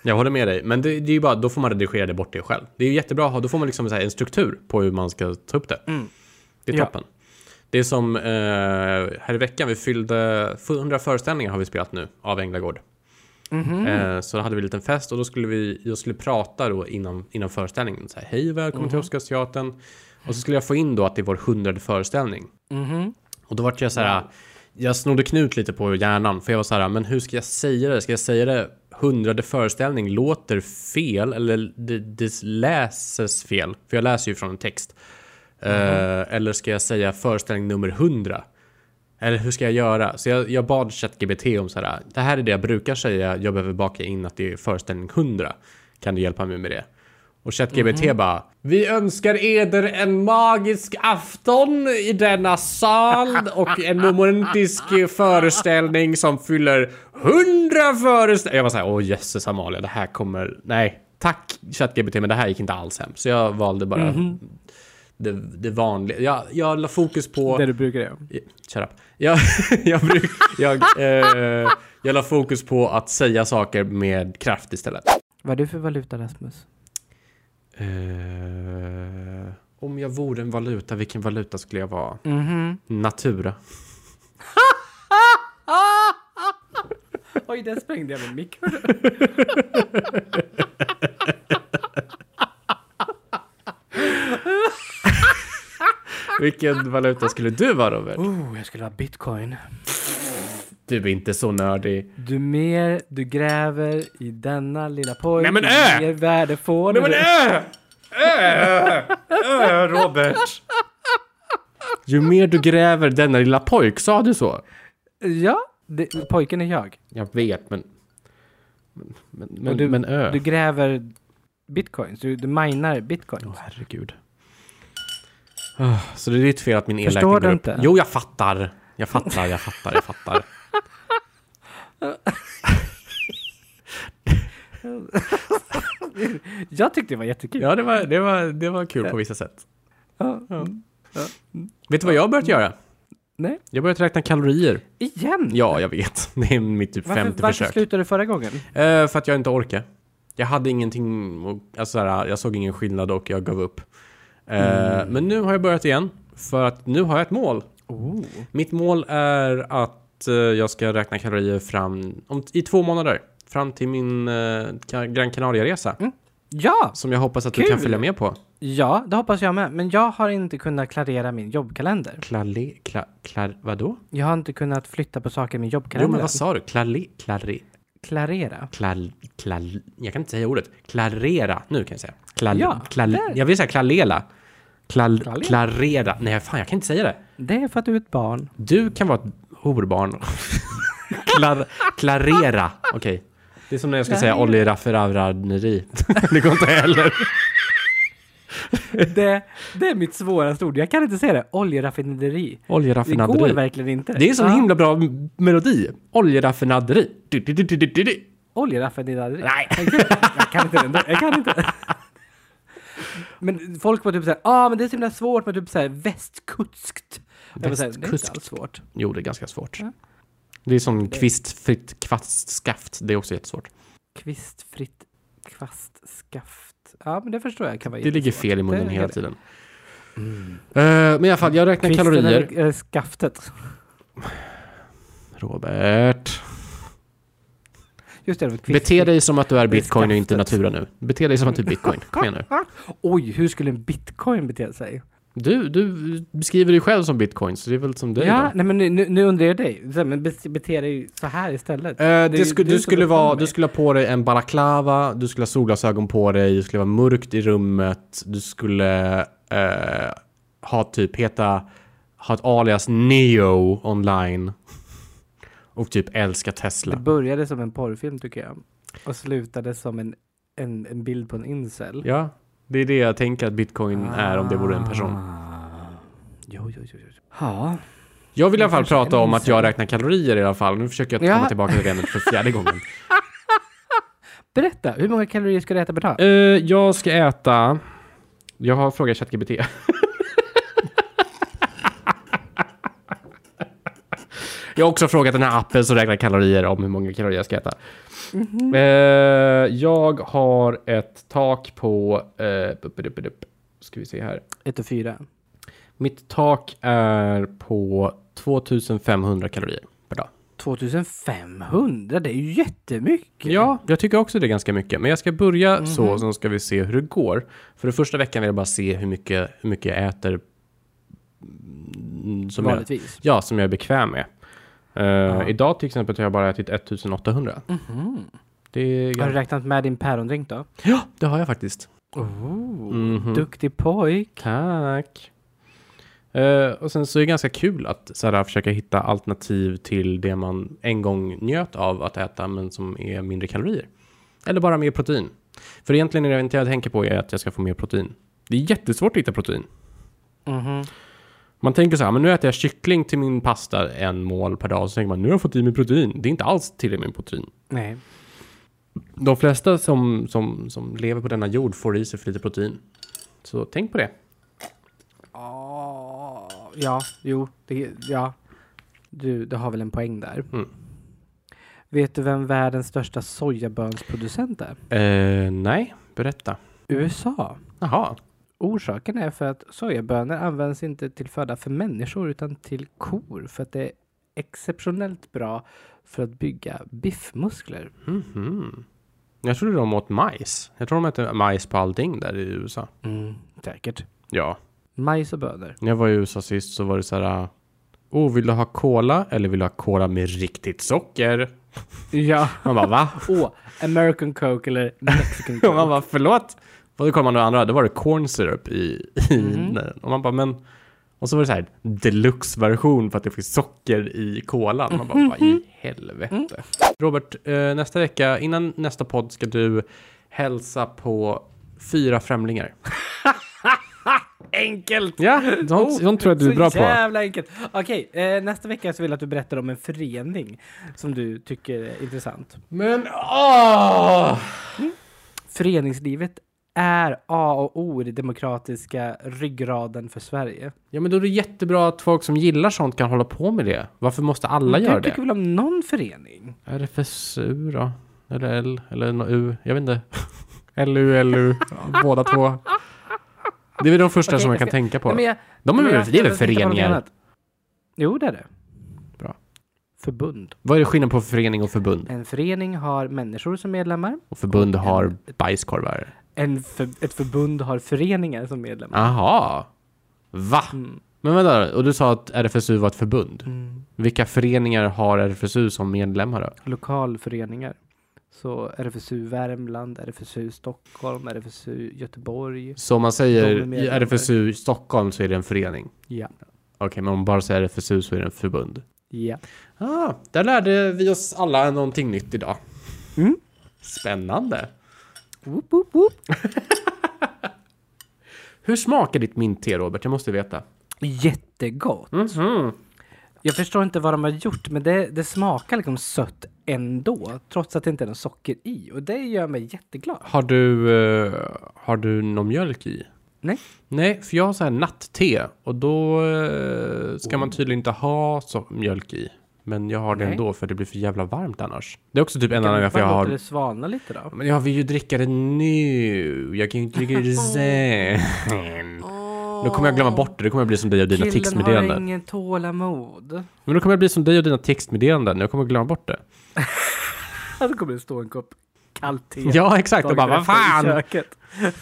A: Jag håller med dig. Men det, det är ju bara, då får man redigera det bort det själv. Det är ju jättebra att ha, då får man liksom så här en struktur på hur man ska ta upp det. Det är
B: Ja.
A: toppen. Det är som eh, här i veckan, vi fyllde 100 föreställningar har vi spelat nu av Änglagård. Eh, så då hade vi en liten fest och då skulle vi, jag skulle prata då innan, innan föreställningen. Så här, Hej och välkommen till Oscarsteatern. Och så skulle jag få in då att det är vår hundrade föreställning.
B: "Mhm."
A: Och då vart jag så här, jag snodde knut lite på hjärnan. För jag var så här, men hur ska jag säga det? Ska jag säga det hundrade föreställning låter fel eller det, det läses fel? För jag läser ju från en text. Eh, eller ska jag säga föreställning nummer 100? Eller hur ska jag göra? Så jag, jag bad ChatGPT om så här. Det här är det jag brukar säga. Jag behöver baka in att det är föreställning 100. Kan du hjälpa mig med det? Och ChatGPT bara. Vi önskar eder en magisk afton i denna sal och en romantisk föreställning som fyller 100 föreställningar. Jag var så här. Åh jösses Amalia, det här kommer. Nej, tack ChatGPT, men det här gick inte alls hem. Så jag valde bara det, det vanliga. Jag, jag la fokus på.
B: det du brukar göra.
A: Shut up. Jag, [LAUGHS] jag, bruk, jag, eh, jag la fokus på att säga saker med kraft istället.
B: Vad är du för valuta Rasmus?
A: Eh, om jag vore en valuta, vilken valuta skulle jag vara?
B: Mhm.
A: Natura.
B: [LAUGHS] Oj, där sprängde jag min mick.
A: Vilken valuta skulle du vara Robert?
B: Oh, jag skulle ha bitcoin.
A: Du är inte så nördig.
B: Du mer du gräver i denna lilla pojk,
A: Nej, men,
B: ju
A: äh!
B: mer värde får du.
A: äh! Äh! Äh, Robert! Ju mer du gräver denna lilla pojk, sa du så?
B: Ja, det, pojken är jag.
A: Jag vet, men... Men, men, men,
B: Och du-
A: men ö.
B: Du gräver bitcoins, du, du minar bitcoins.
A: Åh, herregud. Ah, Så det är ditt fel att min elräkning
B: Förstår
A: går
B: du
A: upp?
B: inte?
A: Jo, jag fattar. Jag fattar, jag fattar, jag
B: [LAUGHS]
A: fattar.
B: Jag tyckte det var jättekul.
A: Ja, det var, det var, det var kul på vissa sätt.
B: Ja.
A: Vet du vad jag har börjat göra?
B: Nej,
A: Jag har börjat räkna kalorier.
B: igen!
A: Ja, jag vet. [LAUGHS] Det är mitt typ
B: varför
A: femte
B: varför
A: försök.
B: slutade du förra gången?
A: Eh, för att jag inte orkar. Jag hade ingenting, och- alltså såhär, jag såg ingen skillnad och jag gav upp. Eh, Men nu har jag börjat igen, för att nu har jag ett mål.
B: Oh.
A: Mitt mål är att eh, jag ska räkna kalorier fram om, i två månader. Fram till min eh, Ka- Gran Canaria-resa.
B: Ja,
A: Som jag hoppas att du
B: Kul!
A: kan följa med på.
B: ja, det hoppas jag med. Men jag har inte kunnat klarera min jobbkalender.
A: Klale, kla, klar, vadå?
B: Jag har inte kunnat flytta på saker i min
A: Jo
B: jobbkalender.
A: men vad sa du? Klale, klare,
B: Klarera.
A: klal, klal, jag kan inte säga ordet. Klarera, nu kan jag säga. Klal,
B: Ja,
A: klal,
B: där.
A: jag vill säga klalela. Klal,
B: Klalera.
A: klarera, nej fan jag kan inte säga det.
B: Det är för att du är ett barn.
A: Du kan vara ett horbarn. [LAUGHS] Klar, klarera. Okej. Det är som när jag ska säga Olli Rafferavradneri. [LAUGHS] Det går inte heller.
B: Det, det är mitt svåraste ord. Jag kan inte säga det. Oljeraffinaderi. Det går
A: Oljeraffinaderi.
B: verkligen inte.
A: Det är en sån
B: Ja.
A: himla bra m- melodi. Oljeraffinaderi. Du, du, du, du, du, du, du.
B: Oljeraffinaderi.
A: Nej.
B: Jag kan inte den. där. Jag kan
A: [LAUGHS]
B: inte. Men folk var typ såhär, ah men det är så himla svårt med typ såhär västkutskt. Och Jag var såhär, det är inte
A: Västkuskt.
B: alls svårt.
A: Jo, det är ganska svårt.
B: Ja.
A: Det är som kvistfritt kvastskaft. Det är också jättesvårt.
B: Kvistfritt kvastskaft. Ja men det förstår jag kan vara
A: Det ligger
B: jättesvårt.
A: fel i munnen
B: Det-
A: hela tiden. Eh, men i alla fall, jag räknar
B: Kvisten
A: kalorier.
B: eller, eller skaftet.
A: Robert.
B: Just det, det var kvist.
A: Bete dig som att du är
B: Det är
A: bitcoin och inte
B: skaftet.
A: natura nu. Bete dig som att du är bitcoin. Kom igen nu.
B: Oj, hur skulle en bitcoin bete sig?
A: Du, du beskriver dig själv som bitcoin, så det är väl som dig
B: ja,
A: då?
B: nej men nu, nu nu undrar jag dig. Så här, Men bete- bete dig så här istället.
A: Eh, det
B: ju
A: sku,
B: du
A: du,
B: som
A: skulle
B: bestämmer
A: vara,
B: mig.
A: du skulle ha på dig en balaklava, du skulle ha solglasögon på dig, det skulle vara mörkt i rummet, du skulle eh, ha typ heta, ha ett alias Neo online. Och typ älska
B: Det
A: Tesla.
B: började som en porrfilm tycker jag. Och slutade som en, en, en bild på en incel.
A: Ja, Det är det jag tänker att bitcoin är om det vore en person.
B: Ah. Jo, jo, jo. jo. Ja.
A: Jag vill i alla fall
B: kanske är
A: prata om att
B: minsen.
A: jag räknar kalorier i alla fall. Nu försöker jag
B: Ja.
A: komma tillbaka till det ämnet för fjärde gången.
B: Berätta, hur många kalorier ska du äta per
A: [LAUGHS]
B: dag?
A: Eh, jag ska äta... Jag har frågat ChatGPT. [LAUGHS] jag har också frågat den här appen som räknar kalorier om hur många kalorier jag ska äta. Mhm. Eh, jag har ett tak på... eh, bup, bup, bup, bup. ska vi se här.
B: 1 och 4.
A: Mitt tak är på 2500 kalorier per dag.
B: 2500, det är ju jättemycket.
A: Ja, jag tycker också det är ganska mycket. Men jag ska börja
B: Mhm.
A: så, sen ska vi se hur det går. För den första veckan vill jag bara se hur mycket, hur mycket jag äter. mm, Som jag,
B: vanligtvis.
A: ja, som jag är bekväm med. Eh, Idag till exempel har jag bara ätit 1800. Det är
B: Mm. Har du
A: ganska...
B: räknat med din pärondrink då?
A: Ja, det har jag faktiskt.
B: Oh,
A: Mhm.
B: Duktig pojk.
A: Tack. Eh, och sen så är det ganska kul att så här, försöka hitta alternativ till det man en gång njöt av att äta men som är mindre kalorier. Eller bara mer protein. För egentligen är det inte jag tänker på är att jag ska få mer protein. Det är jättesvårt att hitta protein.
B: Mhm.
A: Man tänker så här, men nu äter jag kyckling till min pasta en mål per dag. Så tänker man, nu har jag fått i mig protein. Det är inte alls tillräckligt med protein.
B: Nej.
A: De flesta som, som, som lever på denna jord får i sig för lite protein. Så tänk på det.
B: Ah, ja, jo, det, ja. Du, du har väl en poäng där.
A: Mm.
B: Vet du vem världens största sojabönsproducent är?
A: Eh, nej, berätta.
B: USA.
A: Jaha.
B: Orsaken är för att sojabönor används inte till föda för människor utan till kor för att det är exceptionellt bra för att bygga biffmuskler.
A: Mhm. Jag trodde de åt majs. Jag tror de äter majs på allting där i USA.
B: Mm, säkert.
A: Ja.
B: Majs och bönor.
A: När jag var i USA sist så var det så här. Oh, vill du ha cola eller vill du ha cola med riktigt socker?
B: Ja.
A: Man bara va? [LAUGHS]
B: Åh, American Coke eller [LAUGHS] Mexican
A: Och man
B: Coke.
A: bara förlåt? Och då kom man och andra, då var det corn syrup i... i Och man bara men... Och så var det så här deluxe-version för att det finns socker i kolan. Man bara vad i helvete. Robert, eh, nästa vecka, innan nästa podd ska du hälsa på fyra främlingar.
B: Enkelt!
A: Ja, sånt, sånt tror jag att du är bra
B: Oh, så
A: på.
B: jävla enkelt. Okej, eh, nästa vecka så vill jag att du berättar om en förening som du tycker är intressant.
A: Men ah! åh!
B: Föreningslivet är A och O i den demokratiska ryggraden för Sverige.
A: Ja, men då är det jättebra att folk som gillar sånt kan hålla på med det. Varför måste alla göra
B: Du
A: det?
B: tycker väl om någon förening?
A: RFSU då? Eller L? Eller nå- U? Jag vet inte. [LAUGHS] LU, LU. ja, Båda två. Det är väl de första
B: Okej,
A: som jag
B: jag
A: kan
B: ska-
A: tänka på.
B: Nej, men jag-
A: De är
B: men
A: väl-
B: jag-
A: det är väl
B: jag tänkte på någonting
A: föreningar?
B: annat. Jo, det är det.
A: Bra.
B: Förbund.
A: Vad är det skillnad på förening och förbund?
B: En förening har människor som medlemmar.
A: Och förbund har bajskorvar.
B: En för, ett förbund har föreningar som medlemmar.
A: Aha. Va?
B: Mm.
A: Men vänta, och du sa att RFSU var ett förbund. Vilka föreningar har RFSU som medlemmar då?
B: Lokalföreningar. Så RFSU Värmland, RFSU Stockholm, RFSU Göteborg.
A: Så om man
B: De är
A: säger i
B: medlemmar.
A: RFSU i Stockholm så är det en förening.
B: Ja.
A: Okej, men om man bara säger RFSU så är det en förbund.
B: ja.
A: Ah, där lärde vi oss alla någonting nytt idag.
B: Mm.
A: Spännande.
B: Woop, woop, woop.
A: Hur smakar ditt mintte, Robert? Jag måste veta. Mhm.
B: Jättegott. Jag förstår inte vad de har gjort, men det, det smakar liksom sött ändå. Trots att det inte är något socker i. Och det gör mig jätteglad.
A: Har du, eh, har du någon mjölk i?
B: Nej.
A: Nej, för jag har så här nattte och då eh, ska man tydligen inte ha så, mjölk i. Men jag har det
B: Nej.
A: ändå för det blir för jävla varmt annars. Det är också typ en
B: Kan
A: annan
B: du
A: varför jag
B: bara låta
A: har...
B: det svalna lite då?
A: Men jag vill ju dricka det nu. Jag kan ju inte dricka
B: [LAUGHS]
A: det sen. Då kommer jag glömma bort det. Då kommer jag bli som dig och dina
B: Killen har
A: textmeddelanden.
B: ingen tålamod.
A: Men då kommer jag bli som dig och dina textmeddelanden. Jag kommer glömma bort det.
B: Alltså kommer det stå en kopp kallt te.
A: Ja, exakt. Och bara,
B: dagen
A: vad
B: efter i
A: fan!
B: köket. [LAUGHS]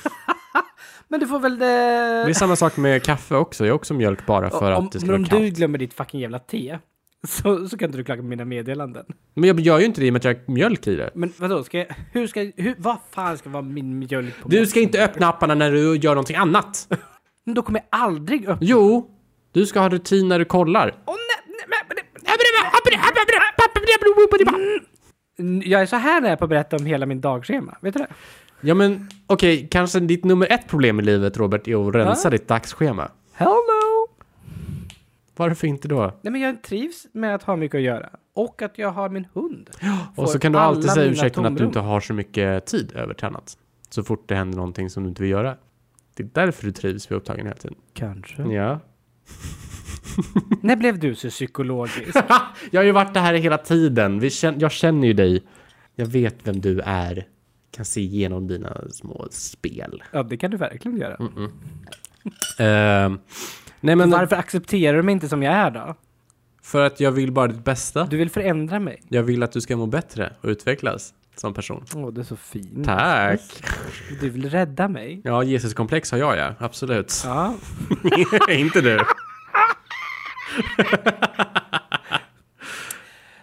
B: Men du får väl eh,
A: Det är
B: det...
A: samma sak med kaffe också. Jag har också mjölk bara för
B: om
A: att det ska
B: men om
A: vara kallt.
B: du glömmer ditt fucking jävla te [LAUGHS] så, så kan inte du klaga på mina meddelanden.
A: Men jag gör ju inte det i och med att jag har mjölk i det.
B: Men vadå, ska jag, hur ska, hur, vad fan ska vara min mjölk på
A: Du
B: mig?
A: ska inte öppna apparna när du gör någonting annat.
B: Men då kommer jag aldrig upp...
A: Jo, du ska ha rutin när du kollar.
B: Åh nej, nej, men- men- jag är så här när jag på att berätta om hela min dagschema. Vet du det?
A: Ja men okej, kanske ditt nummer ett problem i livet Robert är att rensa
B: Va?
A: ditt dagsschema.
B: Hell no!
A: Varför inte då?
B: Nej, men jag trivs med att ha mycket att göra. Och att jag har min hund.
A: Och
B: Får
A: så kan du alltid
B: alla
A: säga
B: mina
A: ursäkten att du
B: tomrum.
A: inte har så mycket tid över till annat. Så fort det händer någonting som du inte vill göra. Det är därför du trivs vid upptagen hela tiden.
B: Kanske.
A: Ja.
B: När blev du
A: [LAUGHS]
B: så psykologisk?
A: [LAUGHS] Jag har ju varit det här hela tiden. Vi känner, jag känner ju dig. Jag vet vem du är. Kan se igenom dina små spel.
B: ja, det kan du verkligen göra.
A: Ehm, nej Mm, men
B: Varför accepterar du mig inte som jag är då?
A: för att jag vill bara ditt bästa.
B: Du vill förändra mig.
A: Jag vill att du ska må bättre och utvecklas som person.
B: Åh, du är så fin.
A: Tack.
B: Du vill rädda mig.
A: Ja, Jesuskomplex har jag ja, absolut.
B: Ja.
A: [LAUGHS] inte du.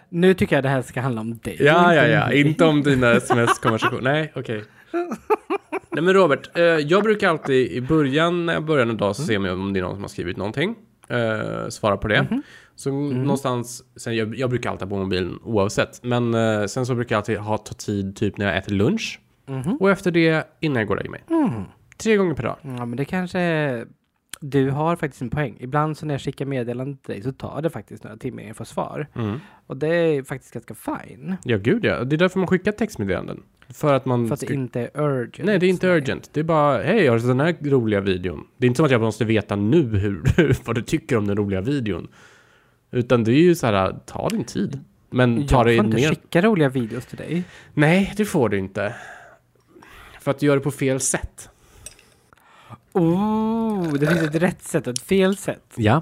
B: Nu tycker jag det här ska handla om dig.
A: Ja,
B: inte
A: ja,
B: om
A: ja.
B: mig.
A: Inte om dina sms-konversationer. Nej, okej.
B: [LAUGHS]
A: Nej, men Robert. Eh, jag brukar alltid i början, när jag börjar en
B: Mm.
A: dag, så ser jag om det är någon som har skrivit någonting. Eh, svara på det.
B: Mhm.
A: Så
B: Mm.
A: någonstans, sen, jag, jag brukar alltid ha på mobilen oavsett. Men eh, sen så brukar jag alltid ha, ta tid typ när jag äter lunch.
B: Mhm.
A: Och efter det, innan jag går och lägger mig.
B: Mm.
A: Tre gånger per dag.
B: Ja, men det kanske... Du har faktiskt en poäng. Ibland så när jag skickar meddelanden till dig så tar det faktiskt några timmar innan jag får svar.
A: Mm.
B: Och det är faktiskt ganska fine.
A: Ja, gud ja. Det är därför man skickar textmeddelanden. För att man
B: För att det
A: ska-
B: inte är urgent.
A: Nej, det är inte urgent. Det är bara, hej, har du sett den här roliga videon? Det är inte som att jag måste veta nu [LAUGHS] hur, vad du tycker om den roliga videon. Utan det är ju så här, ta din tid. Men ta
B: jag får
A: dig
B: inte
A: ner.
B: skicka roliga videos till dig.
A: Nej, det får du inte. För att du gör det på fel sätt.
B: Oh, det finns ett rätt sätt och ett fel sätt.
A: Ja.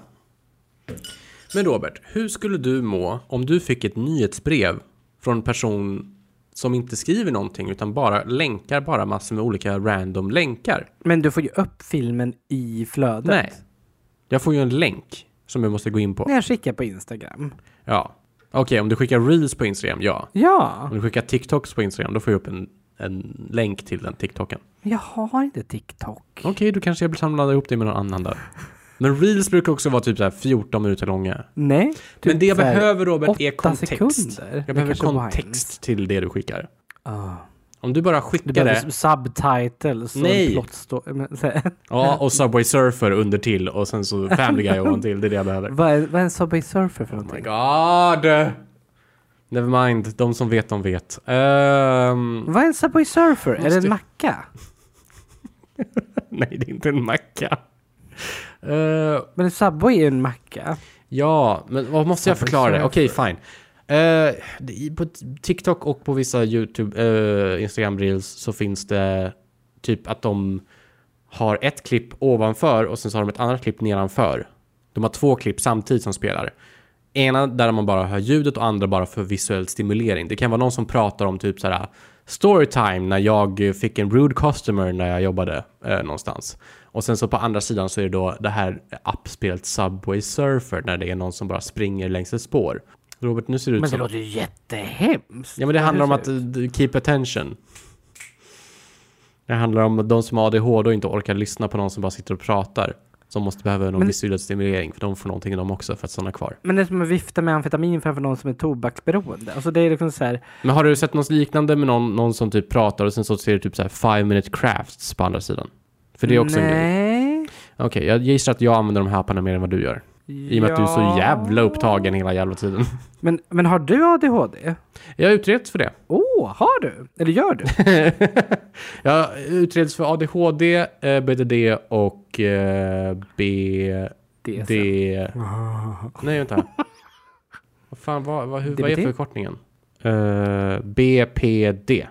A: Men Robert, hur skulle du må om du fick ett nyhetsbrev från en person som inte skriver någonting utan bara länkar bara massor med olika random länkar?
B: Men du får ju upp filmen i flödet.
A: Nej. Jag får ju en länk som jag måste gå in på.
B: När jag skickar på Instagram.
A: Ja. Okej, om du skickar reels på Instagram, ja.
B: Ja,
A: Om du skickar TikToks på Instagram, då får jag upp en, en länk till den TikToken.
B: men jag har inte TikTok.
A: Okej, då kanske jag samlar ihop det med någon annan där. Men reels brukar också vara typ så här 14 minuter långa.
B: Nej.
A: Men det jag
B: så här
A: behöver, Robert,
B: åtta
A: är kontext.
B: sekunder. Det
A: Jag behöver
B: kanske rhymes.
A: kontext till det du skickar.
B: Ah.
A: Om du bara
B: Du
A: skickar det,
B: behöver subtitles och
A: Nej.
B: en plotstory. Men så här, [LAUGHS]
A: ja, och Subway Surfer under till och sen så Family Guy ovantill, det är det jag
B: [LAUGHS]
A: behöver.
B: vad, är, vad är en Subway Surfer för
A: Oh my
B: någonting?
A: god! Never mind, de som vet, de vet. Ehm,
B: vad är en Subway Surfer? Är det
A: Måste-
B: en macka?
A: [LAUGHS] nej, det är inte en macka. Eh,
B: Men en Subway är ju en macka.
A: Ja, men vad måste jag
B: Varför
A: förklara det?
B: surfer?
A: Okej, fine. Eh, det- i- på t- TikTok och på vissa YouTube, eh, Instagram reels så finns det typ att de har ett klipp ovanför och sen så har de ett annat klipp nedanför. De har två klipp samtidigt som spelar. Ena där man bara hör ljudet och andra bara för visuell stimulering. Det kan vara någon som pratar om typ såhär storytime när jag fick en rude customer när jag jobbade eh, någonstans. Och sen så på andra sidan så är det då det här appspelet Subway Surfer när det är någon som bara springer längs ett spår. Robert, nu ser det ut
B: Men det
A: som...
B: låter ju jättehemskt.
A: Ja men det handlar om att
B: ser ut.
A: eh, keep attention. Det handlar om de som har ADHD och inte orkar lyssna på någon som bara sitter och pratar. Som måste behöva någon
B: Men-
A: visuell stimulering för de får någonting de också för att stanna kvar.
B: Men det är som att vifta med amfetamin framför någon som är tobaksberoende. Alltså det är liksom så här.
A: Men har du sett något liknande med någon, någon som typ pratar och sen så ser du typ så här five minute crafts på andra sidan? För det är också en grej.
B: Nej.
A: Okej, jag gissar att jag använder de här apparna mer än vad du gör. I och med att du är så
B: Ja.
A: jävla upptagen hela jävla tiden.
B: Men, men har du ADHD?
A: [LAUGHS] Jag utreds för det.
B: Åh, oh, har du? Eller gör du?
A: [LAUGHS] Jag utreds för ADHD, eh, BDD och eh, B...
B: Det är så.
A: Det... [LAUGHS] Nej, vänta. vad fan, vad, vad, hur, vad är
B: DBT?
A: förkortningen? Eh, BPD.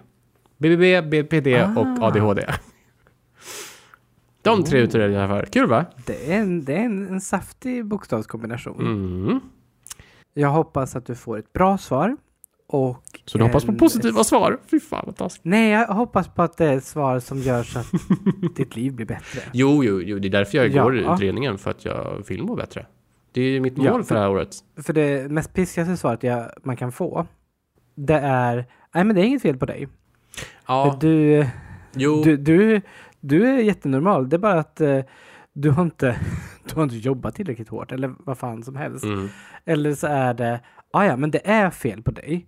A: BBB, BPD och ADHD. De tre utreder jag för. Kul va?
B: Det är en, det är en, en saftig bokstavskombination.
A: Mm.
B: Jag hoppas att du får ett bra svar. Och
A: Så du hoppas på
B: en-
A: positiva svar? Fy fan vad taskigt.
B: Nej, jag hoppas på att det är ett svar som gör så
A: [LAUGHS]
B: att ditt liv blir bättre.
A: Jo, jo, jo, det är därför jag
B: Ja.
A: går i utredningen. För att jag vill må bättre. Det är ju mitt mål
B: Ja.
A: för det här året.
B: För det mest piskigaste svaret jag, man kan få, det är Nej men det är inget fel på dig.
A: Ja,
B: Du,
A: jo.
B: du, du, du är jättenormal. Det är bara att eh, du har, inte, [LAUGHS] du har inte jobbat tillräckligt hårt eller vad fan som helst.
A: Mm.
B: "Ah, Eller så är det, ja ja men det är fel på dig.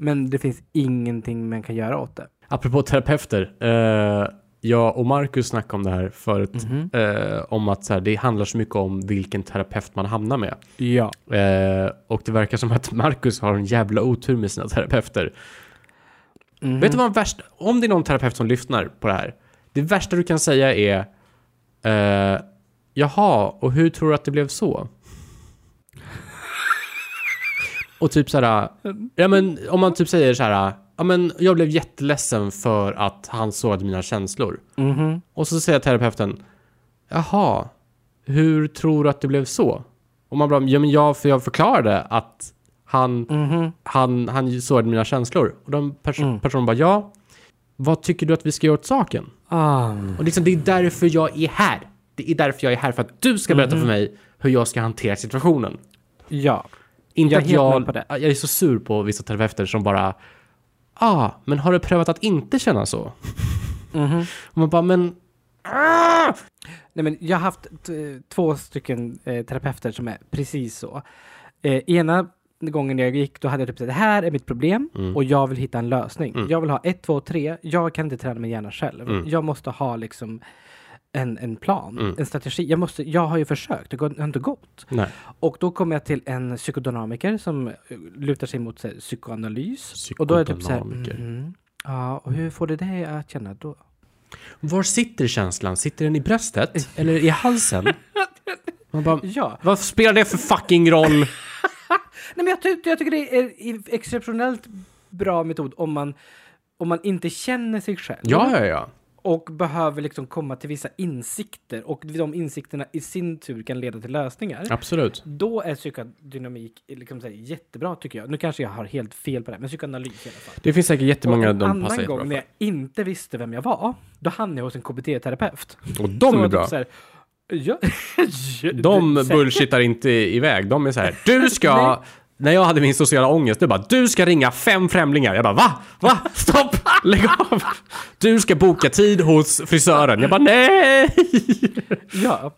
B: Men det finns ingenting man kan göra åt det.
A: Apropå terapeuter. Eh, jag och Marcus snackade om det här förut.
B: Mhm.
A: Eh, om att så här, det handlar så mycket om vilken terapeut man hamnar med.
B: Ja.
A: Eh, och det verkar som att Marcus har en jävla otur med sina terapeuter.
B: Mhm. Mm.
A: Vet du vad värst, om det är någon terapeut som lyssnar på det här. Det värsta du kan säga är eh, Jaha, och hur tror du att det blev så? och typ såhär, ja men om man typ säger såhär, ja men jag blev jätteledsen för att han sårade mina känslor.
B: Mhm.
A: Och så säger terapeuten, jaha, hur tror du att det blev så? Och man bara, ja men jag, för jag förklarade att han,
B: Mm-hmm.
A: han, han ju sårade mina känslor. Och den pers-
B: Mm.
A: personen bara, ja, vad tycker du att vi ska göra åt saken?
B: Ah.
A: Och liksom, det är därför jag är här. Det är därför jag är här, för att du ska berätta
B: Mm.
A: för mig hur jag ska hantera situationen.
B: Ja.
A: Inte
B: Jag är
A: att
B: helt
A: jag,
B: med på det.
A: jag är så sur på vissa terapeuter som bara, ah, men har du prövat att inte känna så? Och man bara, men
B: Nej, men jag har haft t- två stycken eh, terapeuter som är precis så. Eh, ena gången jag gick, då hade jag typ sagt det här är mitt problem
A: Mm.
B: och jag vill hitta en lösning. Jag vill ha ett, två, tre. Jag kan inte träna min hjärna själv.
A: Mm.
B: Jag måste ha liksom en, en plan, en strategi. Jag, måste, jag har ju försökt, det går- det har inte gått.
A: nej,
B: Och då kommer jag till en psykodynamiker som eh, lutar sig mot så här, psykoanalys. Och då är jag typ så här,
A: Psykodynamiker.
B: "Mhm. ja, och hur får du dig att känna då?
A: var sitter känslan? Sitter den i bröstet? Eller i
B: [LAUGHS]
A: halsen? Man bara,
B: Ja,
A: vad spelar det för fucking roll?
B: Nej, men jag, ty- jag tycker det är en exceptionellt bra metod om man, om man inte känner sig själv
A: Ja, ja, ja.
B: och behöver liksom komma till vissa insikter och de insikterna i sin tur kan leda till lösningar.
A: Absolut.
B: Då är psykodynamik liksom så här jättebra tycker jag. Nu kanske jag har helt fel på det här, men psykoanalys i alla fall.
A: Det finns säkert jättemånga
B: och en
A: de passar
B: annan
A: jättebra
B: gång när jag inte visste vem jag var, då hamnade jag hos en KBT-terapeut.
A: för. Och de
B: Som
A: är
B: var typ
A: bra.
B: så här, ja, [LAUGHS] ja,
A: De
B: det-
A: bullshittar inte iväg. De är så här,
B: [LAUGHS]
A: du ska... När jag hade min sociala ångest, du bara du ska ringa fem främlingar. Jag bara va? Va? Stopp! [LAUGHS] Lägg av! Du ska boka tid hos frisören. Jag bara nej!
B: Ja.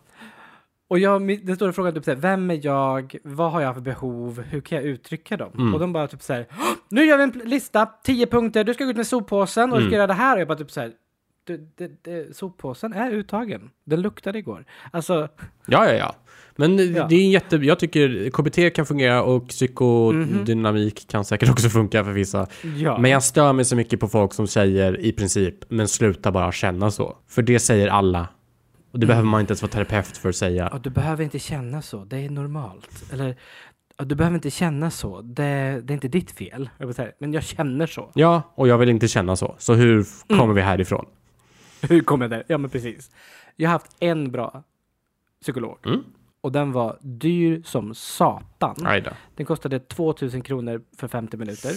B: Och jag, min- den stora frågan är typ såhär, vem är jag, vad har jag för behov, hur kan jag uttrycka dem? Och de bara typ såhär, "Hå! nu gör vi en pl- lista, tio punkter, du ska gå ut med soppåsen och du ska göra det här. Och jag bara typ såhär, "Du- du- du, soppåsen är uttagen, den luktade igår. Alltså,
A: Ja, ja, ja. Men
B: Ja.
A: det är en jätte... Jag tycker KBT kan fungera och psykodynamik kan säkert också funka för vissa.
B: Mhm. ja.
A: Men jag stör mig så mycket på folk som säger i princip, men sluta bara känna så. För det säger alla. Och
B: Mm.
A: det behöver man inte ens vara terapeut för att
B: Ja,
A: säga.
B: du behöver inte känna så, det är normalt. Eller, "Ja, du behöver inte känna så, det, det är inte ditt fel. Jag bara så här, men jag känner så. [LAUGHS]
A: Ja, och jag vill inte känna så. Så hur f-
B: Mm.
A: kommer vi härifrån?
B: Hur kom jag där? Ja, men precis. Jag har haft en bra psykolog.
A: Mm.
B: Och den var dyr som satan.
A: Aj då.
B: Den kostade 2000 kronor för 50 minuter.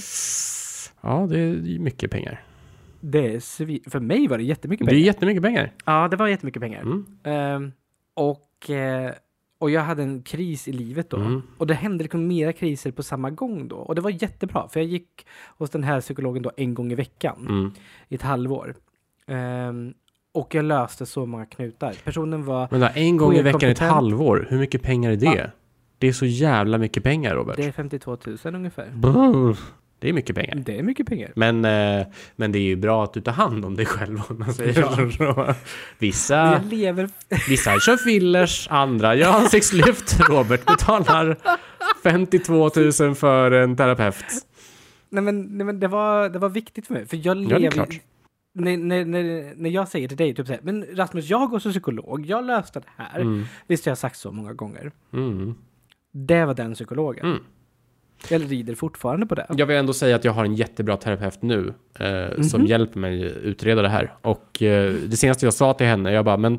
A: Ja, det är mycket pengar.
B: Det är svi- för mig var det jättemycket
A: Det är
B: pengar.
A: jättemycket pengar.
B: Ja, det var jättemycket pengar.
A: Mm.
B: Ehm, och, eh, och jag hade en kris i livet då.
A: Mm.
B: Och det hände liksom mera kriser på samma gång då. Och det var jättebra, för jag gick hos den här psykologen då en gång i veckan.
A: Mm.
B: I ett halvår. Ehm, och jag löste så många knutar. Personen var
A: Men då, en gång i
B: Oerhört
A: veckan i ett
B: kompetent.
A: halvår, hur mycket pengar är det? Det är så jävla mycket pengar, Robert.
B: Det är 52 000 ungefär.
A: Brr. Det är mycket pengar.
B: Det är mycket pengar.
A: Men, eh, men det är ju bra att du tar hand om dig själv om man säger
B: Ja.
A: så. Vissa,
B: Jag lever...
A: vissa kör fillers, andra gör
B: [LAUGHS]
A: ansiktslyft. Robert betalar 52 000 för en terapeut.
B: Nej men, nej, men det, var, det var viktigt för mig. För jag
A: Ja,
B: lever...
A: det är klart.
B: när, när, när, när jag säger till dig typ så här, men Rasmus, jag går som psykolog, jag löste det här.
A: Mm.
B: Visst, jag har sagt så många gånger.
A: Mm.
B: Det var den psykologen.
A: Mm.
B: Jag rider fortfarande på det.
A: Jag vill ändå säga att jag har en jättebra terapeut nu eh, som hjälper mig utreda det här. Och eh, det senaste jag sa till henne, jag bara, men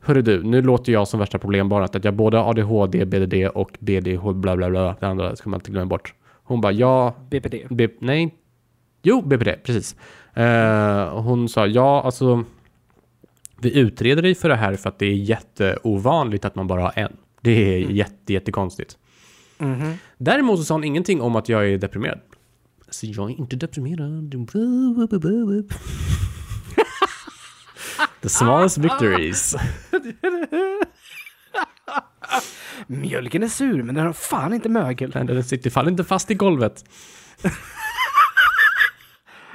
A: hörru du, nu låter jag som värsta problembarnet att jag både har ADHD, BDD och BDH, bla bla bla, det andra ska man inte glömma bort. Hon bara, ja,
B: BPD.
A: B, nej. Jo, BPD, precis. Eh, och hon sa, ja, alltså. Vi utreder dig för det här för att det är jätteovanligt att man bara har en. Det är jätte, jättekonstigt. Mm-hmm.
B: Mhm.
A: Däremot så sa hon ingenting om att jag är deprimerad. Så jag är inte deprimerad. [LAUGHS] The smallest victories.
B: Mjölken är sur, men den har fan inte mögel.
A: Den sitter fall inte fast i golvet.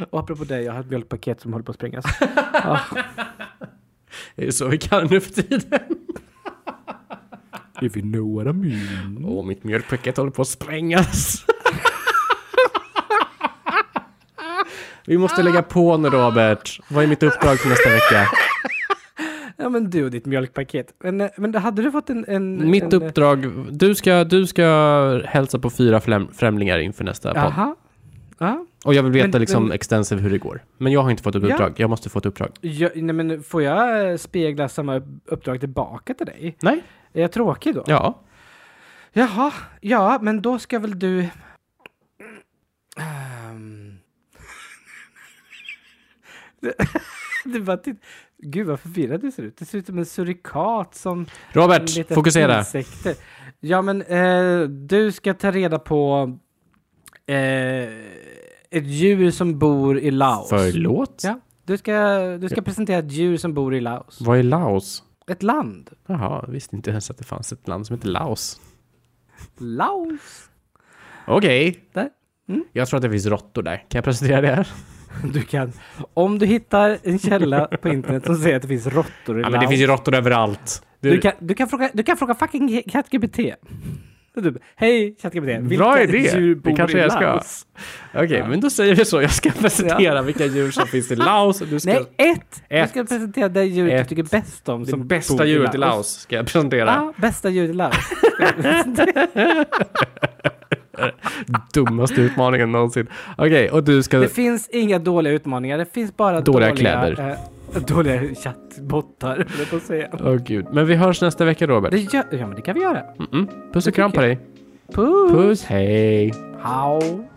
B: Och apropå det, jag har ett mjölkpaket som håller på att sprängas. [LAUGHS]
A: Det är ju så vi kallar det nu för [LAUGHS] tiden.
B: If you know what I mean.
A: Åh, mitt mjölkpaket håller på att sprängas. vi måste lägga på nu Robert. Vad är mitt uppdrag för nästa vecka?
B: Ja men du och ditt mjölkpaket. Men, eh, men hade du fått en... en
A: Mitt
B: en, eh,
A: uppdrag, du ska, du ska hälsa på fyra fläm- främlingar inför nästa podd.
B: Aha. Ja.
A: Och jag vill veta
B: Men-
A: liksom
B: men-
A: extensive hur det går. Men jag har inte fått ett
B: Ja.
A: uppdrag, jag måste få ett uppdrag.
B: Jag, nej men får jag eh, spegla samma upp- uppdrag tillbaka till dig?
A: Nej?
B: Är jag tråkig då?
A: Ja.
B: Jaha, ja men då ska väl du... Ehm. [LAUGHS] Du- du bara titt... Gud vad förvirrad du ser ut. Du ser ut som en surikat som...
A: Robert,
B: lite
A: fokusera.
B: Insekter. Ja, men eh, du ska ta reda på eh, ett djur som bor i Laos.
A: Förlåt?
B: Ja, du ska, du ska presentera ett djur som bor i Laos.
A: Vad är Laos?
B: Ett land.
A: Jaha, jag visste inte ens att det fanns ett land som heter Laos.
B: Laos.
A: Okej.
B: Där. Mm.
A: Jag tror att det finns råttor där. Kan jag presentera det här?
B: Du kan, om du hittar en källa på internet som säger att det finns råttor i
A: Ja,
B: Laos.
A: men det finns ju råttor överallt. Du,
B: du, kan, du, kan fråga, du kan fråga fucking ChatGPT. Du, bara, Hej ChatGPT, vilka
A: idé.
B: djur
A: Det
B: bor
A: kanske
B: i
A: jag ska.
B: Laos?
A: Okej, men då säger vi så. Jag ska [LAUGHS] presentera vilka djur som finns i Laos. Du ska...
B: Ah. Nej, ett! Du
A: Ett.
B: ska presentera det djuret
A: Ett.
B: du tycker bäst om.
A: det
B: som
A: bästa
B: bor Ah.
A: djuret i Laos ska jag presentera.
B: Ja, bästa djuret i Laos.
A: Dummaste utmaningen någonsin. Okej, och du ska... [LAUGHS]
B: Det finns inga dåliga utmaningar, det finns bara
A: Dåliga
B: dåliga...
A: kläder.
B: eh, dåliga chattbottar, höll jag på att säga.
A: Åh gud. Men vi hörs nästa vecka Robert.
B: Det gör, ja, men det kan vi göra.
A: Mm-mm. Puss och kram på
B: tycker
A: dig.
B: Puss!
A: Puss, hej.
B: How?